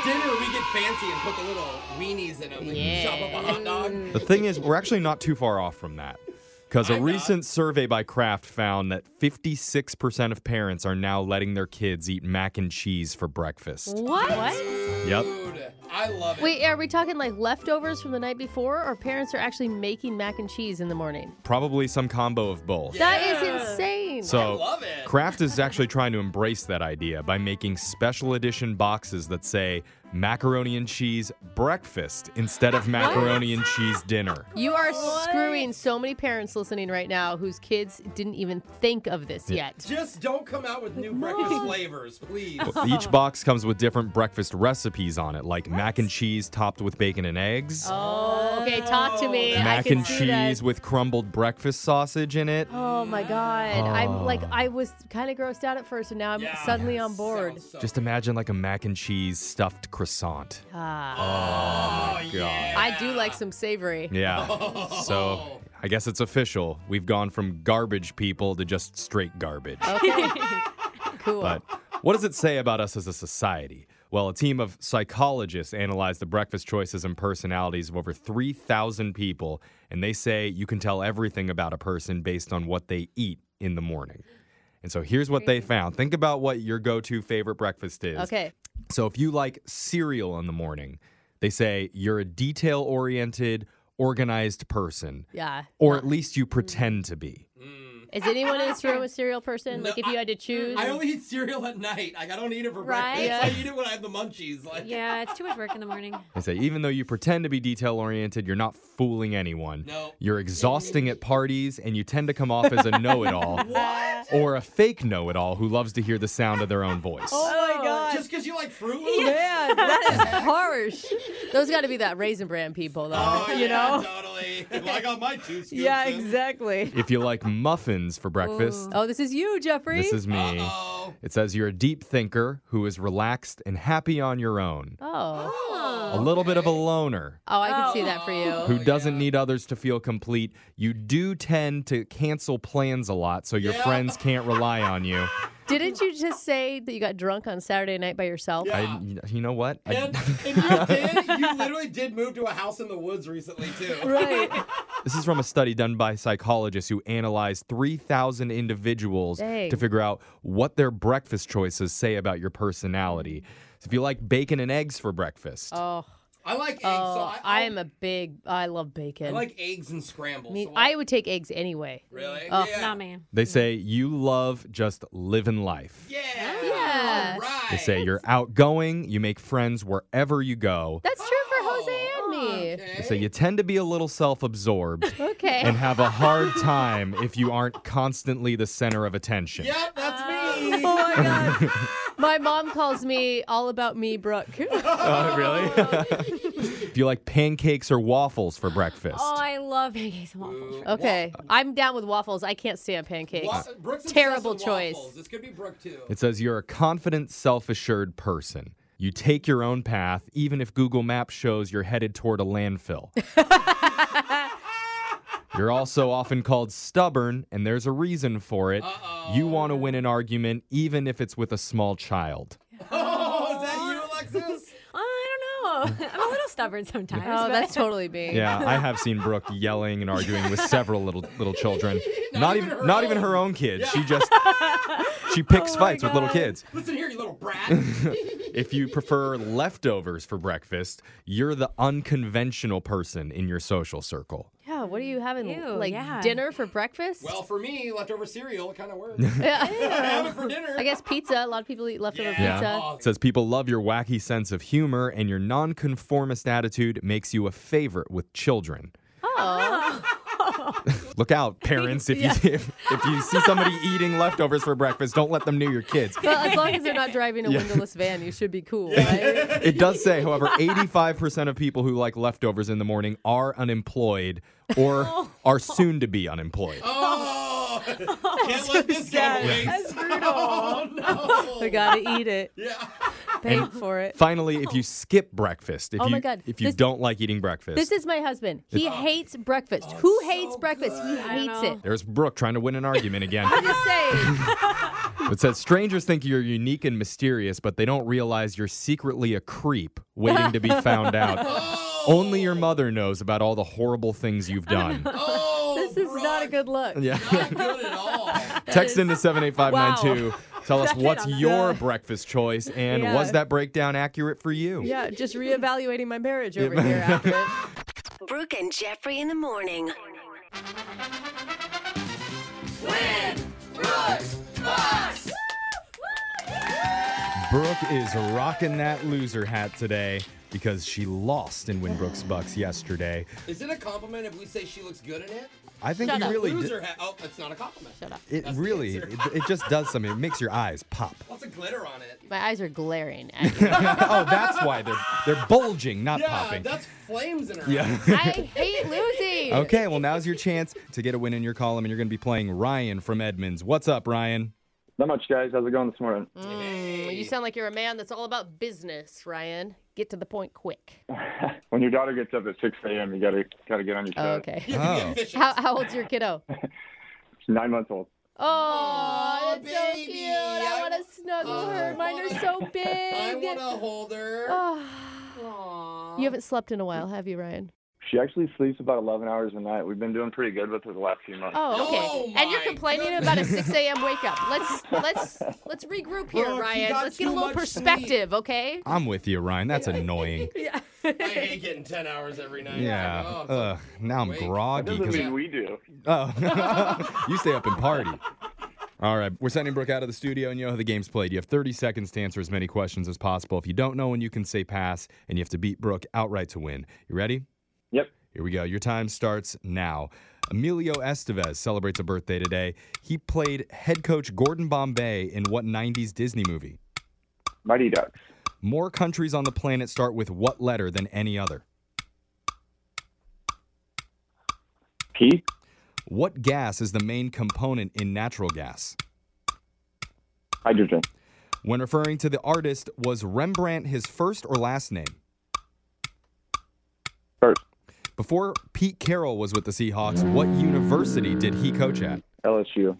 [SPEAKER 3] Dinner, we get fancy and put the little weenies in them and chop up a hot dog.
[SPEAKER 2] Mm.
[SPEAKER 1] The thing is, we're actually not too far off from that. Because a recent survey by Kraft found that 56% of parents are now letting their kids eat mac and cheese for breakfast.
[SPEAKER 2] What?
[SPEAKER 1] Yep.
[SPEAKER 3] I love it.
[SPEAKER 2] Wait, are we talking like leftovers from the night before, or parents are actually making mac and cheese in the morning?
[SPEAKER 1] Probably some combo of both.
[SPEAKER 2] That is insane.
[SPEAKER 1] So, Kraft is actually trying to embrace that idea by making special edition boxes that say macaroni and cheese breakfast instead of macaroni and cheese dinner.
[SPEAKER 2] You are screwing so many parents listening right now whose kids didn't even think of this
[SPEAKER 1] Yeah.
[SPEAKER 2] yet.
[SPEAKER 3] Just don't come out with new breakfast flavors, please.
[SPEAKER 1] Well, Each box comes with different breakfast recipes on it, like mac and cheese topped with bacon and eggs.
[SPEAKER 2] Oh, okay, talk to me. I
[SPEAKER 1] mac
[SPEAKER 2] can
[SPEAKER 1] and
[SPEAKER 2] see
[SPEAKER 1] cheese
[SPEAKER 2] that.
[SPEAKER 1] with crumbled breakfast sausage in it.
[SPEAKER 2] Oh my god. I'm
[SPEAKER 1] Oh.
[SPEAKER 2] like I was kind of grossed out at first and now I'm suddenly on board.
[SPEAKER 1] Just imagine like a mac and cheese stuffed croissant.
[SPEAKER 2] Oh, Ah.
[SPEAKER 1] my god.
[SPEAKER 2] I do like some savory.
[SPEAKER 1] Oh. Yeah. So I guess it's official. We've gone from garbage people to just straight garbage.
[SPEAKER 2] Okay. cool.
[SPEAKER 1] But what does it say about us as a society? Well, a team of psychologists analyzed the breakfast choices and personalities of over 3,000 people, and they say you can tell everything about a person based on what they eat in the morning. And so here's what they found. Think about what your go to favorite breakfast is.
[SPEAKER 2] Okay.
[SPEAKER 1] So if you like cereal in the morning, they say you're a detail oriented, organized person,
[SPEAKER 2] Yeah. Mm.
[SPEAKER 1] or at least you pretend to be.
[SPEAKER 2] Is anyone in this room a cereal person? like if you had to choose?
[SPEAKER 3] I only eat cereal at night. Like I don't eat it for
[SPEAKER 13] Right?
[SPEAKER 3] breakfast.
[SPEAKER 13] Yes.
[SPEAKER 3] I eat it when I have the munchies. Like
[SPEAKER 13] Yeah, it's too much work in the morning.
[SPEAKER 1] They say even though you pretend to be detail oriented, you're not fooling anyone.
[SPEAKER 3] No.
[SPEAKER 1] You're exhausting at parties, and you tend to come off as a know it all
[SPEAKER 3] What?
[SPEAKER 1] or a fake know it all who loves to hear the sound of their own voice.
[SPEAKER 2] Oh my god.
[SPEAKER 3] Just because you like Fruit Loops?
[SPEAKER 2] Yeah, that is harsh. Those got to be that raisin bran people, though.
[SPEAKER 3] Oh,
[SPEAKER 2] you know?
[SPEAKER 3] totally. Well, I got my two scoops.
[SPEAKER 2] Yeah,
[SPEAKER 3] in.
[SPEAKER 2] exactly.
[SPEAKER 1] If you like muffins for breakfast,
[SPEAKER 2] Oh, this is you, Jeffrey.
[SPEAKER 1] this is me.
[SPEAKER 3] Oh.
[SPEAKER 1] It says you're a deep thinker who is relaxed and happy on your own.
[SPEAKER 2] Oh.
[SPEAKER 1] A little bit of a loner.
[SPEAKER 2] Oh, I can see that for you.
[SPEAKER 1] Oh. who doesn't need others to feel complete. You do tend to cancel plans a lot, so your friends can't rely on you.
[SPEAKER 2] Didn't you just say that you got drunk on Saturday night by yourself?
[SPEAKER 1] I, you know what? I-
[SPEAKER 3] And, and you did. You literally did move to a house in the woods recently too.
[SPEAKER 2] Right.
[SPEAKER 1] This is from a study done by psychologists who analyzed 3,000 individuals
[SPEAKER 2] Dang.
[SPEAKER 1] to figure out what their breakfast choices say about your personality. So if you like bacon and eggs for breakfast,
[SPEAKER 2] Oh.
[SPEAKER 3] I like eggs.
[SPEAKER 2] Oh,
[SPEAKER 3] so I,
[SPEAKER 2] I am a big. I love bacon.
[SPEAKER 3] I like eggs and scrambles.
[SPEAKER 2] Me,
[SPEAKER 3] so
[SPEAKER 2] I would take eggs anyway.
[SPEAKER 3] Really?
[SPEAKER 2] Oh,
[SPEAKER 3] Yeah.
[SPEAKER 2] nah, man.
[SPEAKER 1] they say you love just living life.
[SPEAKER 3] Yeah.
[SPEAKER 2] Yeah.
[SPEAKER 1] They say you're outgoing, you make friends wherever you go.
[SPEAKER 2] That's true for Jose and me.
[SPEAKER 1] They say you tend to be a little self absorbed
[SPEAKER 2] Okay.
[SPEAKER 1] and have a hard time if you aren't constantly the center of attention.
[SPEAKER 3] Yep, that's me.
[SPEAKER 2] Oh my god. my mom calls me all about me, Brooke.
[SPEAKER 1] Oh, really? if you like pancakes or waffles for breakfast.
[SPEAKER 6] Oh, I love pancakes and waffles.
[SPEAKER 2] okay. I'm down with waffles. I can't stand pancakes.
[SPEAKER 3] Wa- Brooke's obsessed
[SPEAKER 2] Terrible
[SPEAKER 3] with
[SPEAKER 2] choice.
[SPEAKER 3] waffles. This could be Brooke too.
[SPEAKER 1] It says you're a confident, self assured person. You take your own path, even if Google Maps shows you're headed toward a landfill. you're also often called stubborn, and there's a reason for it. You want to win an argument, even if it's with a small child.
[SPEAKER 3] Oh, is that you, Alexis?
[SPEAKER 6] I don't know. I'm a little stubborn sometimes.
[SPEAKER 2] Oh,
[SPEAKER 6] but-
[SPEAKER 2] that's totally me.
[SPEAKER 1] Yeah, I have seen Brooke yelling and arguing with several little little children. Not, even, not even her own Oh kids. She just she picks fights with little kids.
[SPEAKER 3] Listen here, you little brat.
[SPEAKER 1] if you prefer leftovers for breakfast, you're the unconventional person in your social circle.
[SPEAKER 2] Yeah, what are you having?
[SPEAKER 6] Ew,
[SPEAKER 2] like
[SPEAKER 6] yeah.
[SPEAKER 2] dinner for breakfast?
[SPEAKER 3] well, for me, leftover cereal kind of works.
[SPEAKER 2] Yeah.
[SPEAKER 3] I have it for dinner.
[SPEAKER 2] I guess pizza. A lot of people eat leftover pizza.
[SPEAKER 1] It says people love your wacky sense of humor and your nonconformist attitude makes you a favorite with children.
[SPEAKER 2] Oh.
[SPEAKER 1] Look out, parents, if you if, if you see somebody eating leftovers for breakfast, don't let them near your kids.
[SPEAKER 2] Well, as long as they're not driving a
[SPEAKER 1] Yeah.
[SPEAKER 2] windowless van, you should be cool, right?
[SPEAKER 1] It does say, however, 85% of people who like leftovers in the morning are unemployed or are soon to be unemployed.
[SPEAKER 3] Oh, can't let this go to waste.
[SPEAKER 6] That's brutal.
[SPEAKER 3] Oh no.
[SPEAKER 2] I gotta eat it.
[SPEAKER 3] Yeah.
[SPEAKER 2] Pay
[SPEAKER 1] And-
[SPEAKER 2] for it.
[SPEAKER 1] Finally, if you skip breakfast, if
[SPEAKER 2] Oh
[SPEAKER 1] you
[SPEAKER 2] my God,
[SPEAKER 1] if you
[SPEAKER 2] this-
[SPEAKER 1] don't like eating breakfast,
[SPEAKER 2] This is my husband. He hates breakfast.
[SPEAKER 1] Oh,
[SPEAKER 2] Who hates breakfast? He hates it.
[SPEAKER 1] there's Brooke trying to win an argument again.
[SPEAKER 2] I'm just saying.
[SPEAKER 1] It says strangers think you're unique and mysterious, but they don't realize you're secretly a creep waiting to be found out. Only your mother knows about all the horrible things you've done.
[SPEAKER 3] Oh,
[SPEAKER 2] This is not a
[SPEAKER 3] Brooke,
[SPEAKER 2] good
[SPEAKER 1] Oh,
[SPEAKER 2] look.
[SPEAKER 1] Yeah.
[SPEAKER 3] Not good at all.
[SPEAKER 1] Text into 78592. Tell us
[SPEAKER 6] That's it
[SPEAKER 1] what's
[SPEAKER 6] on that.
[SPEAKER 1] your breakfast choice and
[SPEAKER 2] Yeah.
[SPEAKER 1] was that breakdown accurate for you?
[SPEAKER 2] Yeah, just reevaluating my marriage over here after it.
[SPEAKER 8] Brooke and Jeffrey in the morning.
[SPEAKER 1] Brooke is rocking that loser hat today because she lost in Win Brooks Bucks yesterday.
[SPEAKER 3] Is it a compliment if we say she looks good in it?
[SPEAKER 1] I think
[SPEAKER 2] Shut
[SPEAKER 1] you
[SPEAKER 2] up.
[SPEAKER 1] really
[SPEAKER 3] Loser
[SPEAKER 1] d-
[SPEAKER 3] hat. Oh, that's not a compliment. Shut up.
[SPEAKER 1] it really it, it just does something. It makes your eyes pop.
[SPEAKER 3] Lots of glitter on it.
[SPEAKER 2] My eyes are glaring at you.
[SPEAKER 1] oh, that's why they're they're bulging, not
[SPEAKER 3] Yeah,
[SPEAKER 1] popping.
[SPEAKER 3] that's flames in her.
[SPEAKER 1] Yeah.
[SPEAKER 2] I hate losing.
[SPEAKER 1] Okay, well now's your chance to get a win in your column and you're going to be playing Ryan from Edmonds. What's up, Ryan?
[SPEAKER 11] Not much, guys. How's it going this morning?
[SPEAKER 2] Mm, you sound like you're a man that's all about business, Ryan. Get to the point quick.
[SPEAKER 11] When your daughter gets up at 6 a.m., you gotta gotta get on your toes.
[SPEAKER 2] okay.
[SPEAKER 1] Oh.
[SPEAKER 2] How, how old's your kiddo?
[SPEAKER 11] She's nine months old.
[SPEAKER 2] Oh, that's so
[SPEAKER 3] baby,
[SPEAKER 2] cute. I,
[SPEAKER 3] I-
[SPEAKER 2] want to snuggle
[SPEAKER 3] I
[SPEAKER 2] her. Mine are
[SPEAKER 3] wanna-
[SPEAKER 2] so big.
[SPEAKER 3] I want to hold her.
[SPEAKER 2] Oh. You haven't slept in a while, have you, Ryan?
[SPEAKER 11] She actually sleeps about 11 hours a night. We've been doing pretty good with her the last few months.
[SPEAKER 2] Oh, okay.
[SPEAKER 3] Oh,
[SPEAKER 2] and you're
[SPEAKER 3] my
[SPEAKER 2] complaining
[SPEAKER 3] goodness.
[SPEAKER 2] about a 6 a.m. wake up. Let's let's let's regroup here,
[SPEAKER 3] Look, you
[SPEAKER 2] Ryan.
[SPEAKER 3] got
[SPEAKER 2] Let's get a
[SPEAKER 3] too
[SPEAKER 2] little
[SPEAKER 3] much
[SPEAKER 2] perspective, okay?
[SPEAKER 1] I'm with you, Ryan. That's annoying.
[SPEAKER 3] I hate getting 10 hours every night.
[SPEAKER 1] Yeah.
[SPEAKER 3] Oh, it's
[SPEAKER 1] Ugh, now I'm
[SPEAKER 3] Wait.
[SPEAKER 11] That
[SPEAKER 1] groggy
[SPEAKER 11] doesn't
[SPEAKER 1] because
[SPEAKER 11] mean we do.
[SPEAKER 1] Oh, you stay up and party. All right, we're sending Brooke out of the studio, and you know how the game's played. You have 30 seconds to answer as many questions as possible. If you don't know when you can say pass, and you have to beat Brooke outright to win. You ready?
[SPEAKER 11] Yep.
[SPEAKER 1] Here we go. Your time starts now. Emilio Estevez celebrates a birthday today. He played head coach Gordon Bombay in what 90s Disney movie?
[SPEAKER 11] Mighty Ducks.
[SPEAKER 1] More countries on the planet start with what letter than any other?
[SPEAKER 11] P.
[SPEAKER 1] What gas is the main component in natural gas?
[SPEAKER 11] Hydrogen.
[SPEAKER 1] When referring to the artist, was Rembrandt his first or last name?
[SPEAKER 11] First.
[SPEAKER 1] Before Pete Carroll was with the Seahawks, what university did he coach at?
[SPEAKER 11] LSU.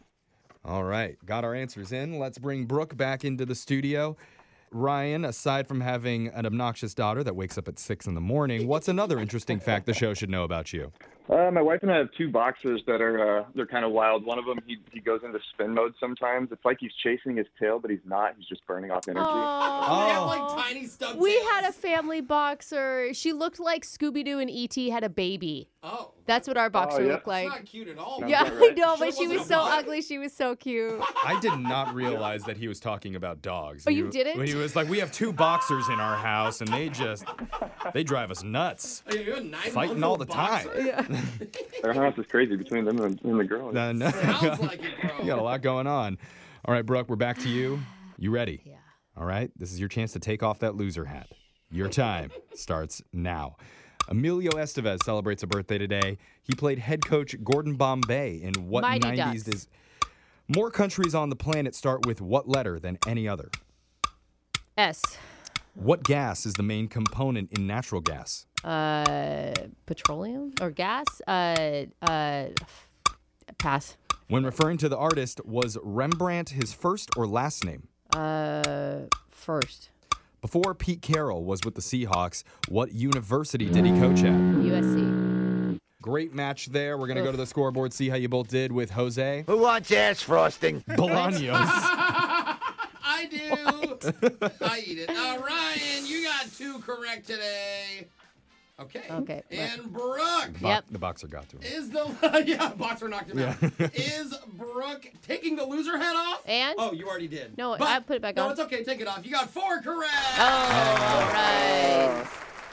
[SPEAKER 1] All right, got our answers in. Let's bring Brooke back into the studio. Ryan, aside from having an obnoxious daughter that wakes up at six in the morning, what's another interesting fact the show should know about you?
[SPEAKER 13] Uh, my wife and I have two boxers that are uh, they're kind of wild. One of them he he goes into spin mode sometimes. It's like he's chasing his tail, but he's not. He's just burning off energy.
[SPEAKER 2] tiny We had a family boxer. She looked like Scooby Doo and E.T. had a baby.
[SPEAKER 12] Oh.
[SPEAKER 2] That's what our boxer
[SPEAKER 1] yeah.
[SPEAKER 2] looked like.
[SPEAKER 12] Not cute at all.
[SPEAKER 2] yeah,
[SPEAKER 1] Sounds about right.
[SPEAKER 2] I know,
[SPEAKER 1] Sure
[SPEAKER 2] but she
[SPEAKER 1] wasn't
[SPEAKER 2] was
[SPEAKER 1] a
[SPEAKER 2] so
[SPEAKER 1] bot.
[SPEAKER 2] ugly. She was so cute.
[SPEAKER 1] I did not realize that he was talking about dogs.
[SPEAKER 2] Oh, you
[SPEAKER 1] He-
[SPEAKER 2] didn't?
[SPEAKER 1] When he was like, "We have two boxers in our house, and they just they drive us nuts,
[SPEAKER 12] Are you a nine-month-old
[SPEAKER 1] fighting all the time."
[SPEAKER 12] boxer?
[SPEAKER 13] Their house is crazy between them and, and the girl.
[SPEAKER 1] No, no. you got a lot going on. All right, Brooke, we're back to you. You ready? Yeah. All right, this is your chance to take off that loser hat. Your time starts now. Emilio Estevez celebrates a birthday today. He played head coach Gordon Bombay in what
[SPEAKER 2] Mighty
[SPEAKER 1] 90s
[SPEAKER 2] Ducks.
[SPEAKER 1] does more countries on the planet start with what letter than any other?
[SPEAKER 2] S.
[SPEAKER 1] What gas is the main component in natural gas?
[SPEAKER 2] Uh, petroleum or gas? Uh, uh, pass.
[SPEAKER 1] When referring to the artist, was Rembrandt his first or last name?
[SPEAKER 2] Uh, first.
[SPEAKER 1] Before Pete Carroll was with the Seahawks, what university did he coach at?
[SPEAKER 2] USC.
[SPEAKER 1] Great match there. We're going to go to the scoreboard, see how you both did with Jose.
[SPEAKER 14] Who wants ass frosting?
[SPEAKER 1] Bolaños.
[SPEAKER 12] I do. I eat it. Uh, Ryan, you got two correct today. Okay.
[SPEAKER 1] Okay.
[SPEAKER 12] And Brooke
[SPEAKER 1] Bo- The boxer got to him.
[SPEAKER 12] is the yeah boxer knocked him out. is Brooke taking the loser head off?
[SPEAKER 2] And uh,
[SPEAKER 12] oh, you already did.
[SPEAKER 2] No,
[SPEAKER 12] But-
[SPEAKER 2] I put it back
[SPEAKER 12] no,
[SPEAKER 2] on. Oh,
[SPEAKER 12] it's okay. Take it off. You got four correct. Oh,
[SPEAKER 13] Uh,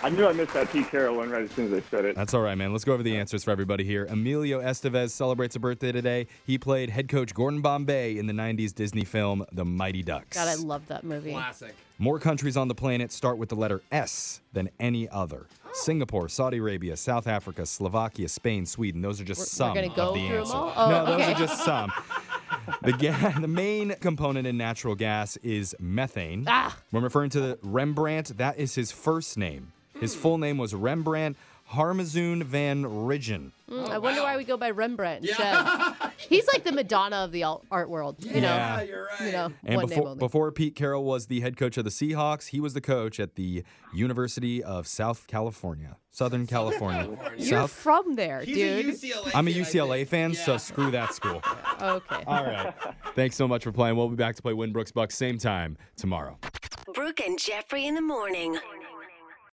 [SPEAKER 13] I knew I missed that Pete Carroll one right as soon as I said it.
[SPEAKER 1] That's all right, man. Let's go over the answers for everybody here. Emilio Estevez celebrates a birthday today. He played head coach Gordon Bombay in the 90s Disney film The Mighty Ducks.
[SPEAKER 2] God, I love that movie.
[SPEAKER 12] Classic.
[SPEAKER 1] More countries on the planet start with the letter S than any other.
[SPEAKER 2] Oh.
[SPEAKER 1] Singapore, Saudi Arabia, South Africa, Slovakia, Spain, Sweden. Those are just
[SPEAKER 2] We're-
[SPEAKER 1] some
[SPEAKER 2] we're gonna go
[SPEAKER 1] of the
[SPEAKER 2] through 'em
[SPEAKER 1] answers.
[SPEAKER 2] all? Oh,
[SPEAKER 1] no, those
[SPEAKER 2] okay.
[SPEAKER 1] are just some. The, ga- the main component in natural gas is methane.
[SPEAKER 2] Ah.
[SPEAKER 1] When referring to the Rembrandt, that is his first name. His
[SPEAKER 2] Hmm.
[SPEAKER 1] full name was Rembrandt Harmazoon van Ridgen.
[SPEAKER 2] Mm, I wonder why we go by Rembrandt. instead. He's like the Madonna of the al- art world. You know.
[SPEAKER 1] Yeah,
[SPEAKER 12] you're right.
[SPEAKER 2] You know,
[SPEAKER 1] And
[SPEAKER 2] one name
[SPEAKER 1] before,
[SPEAKER 2] only.
[SPEAKER 1] before Pete Carroll was the head coach of the Seahawks, he was the coach at the University of South California, Southern California.
[SPEAKER 2] You're from there,
[SPEAKER 12] He's a
[SPEAKER 2] dude.
[SPEAKER 12] UCLA.
[SPEAKER 1] I'm a UCLA fan, so screw that school.
[SPEAKER 2] Okay.
[SPEAKER 1] All right. Thanks so much for playing. We'll be back to play Winbrooks Bucks same time tomorrow.
[SPEAKER 8] Brooke and Jeffrey in the morning.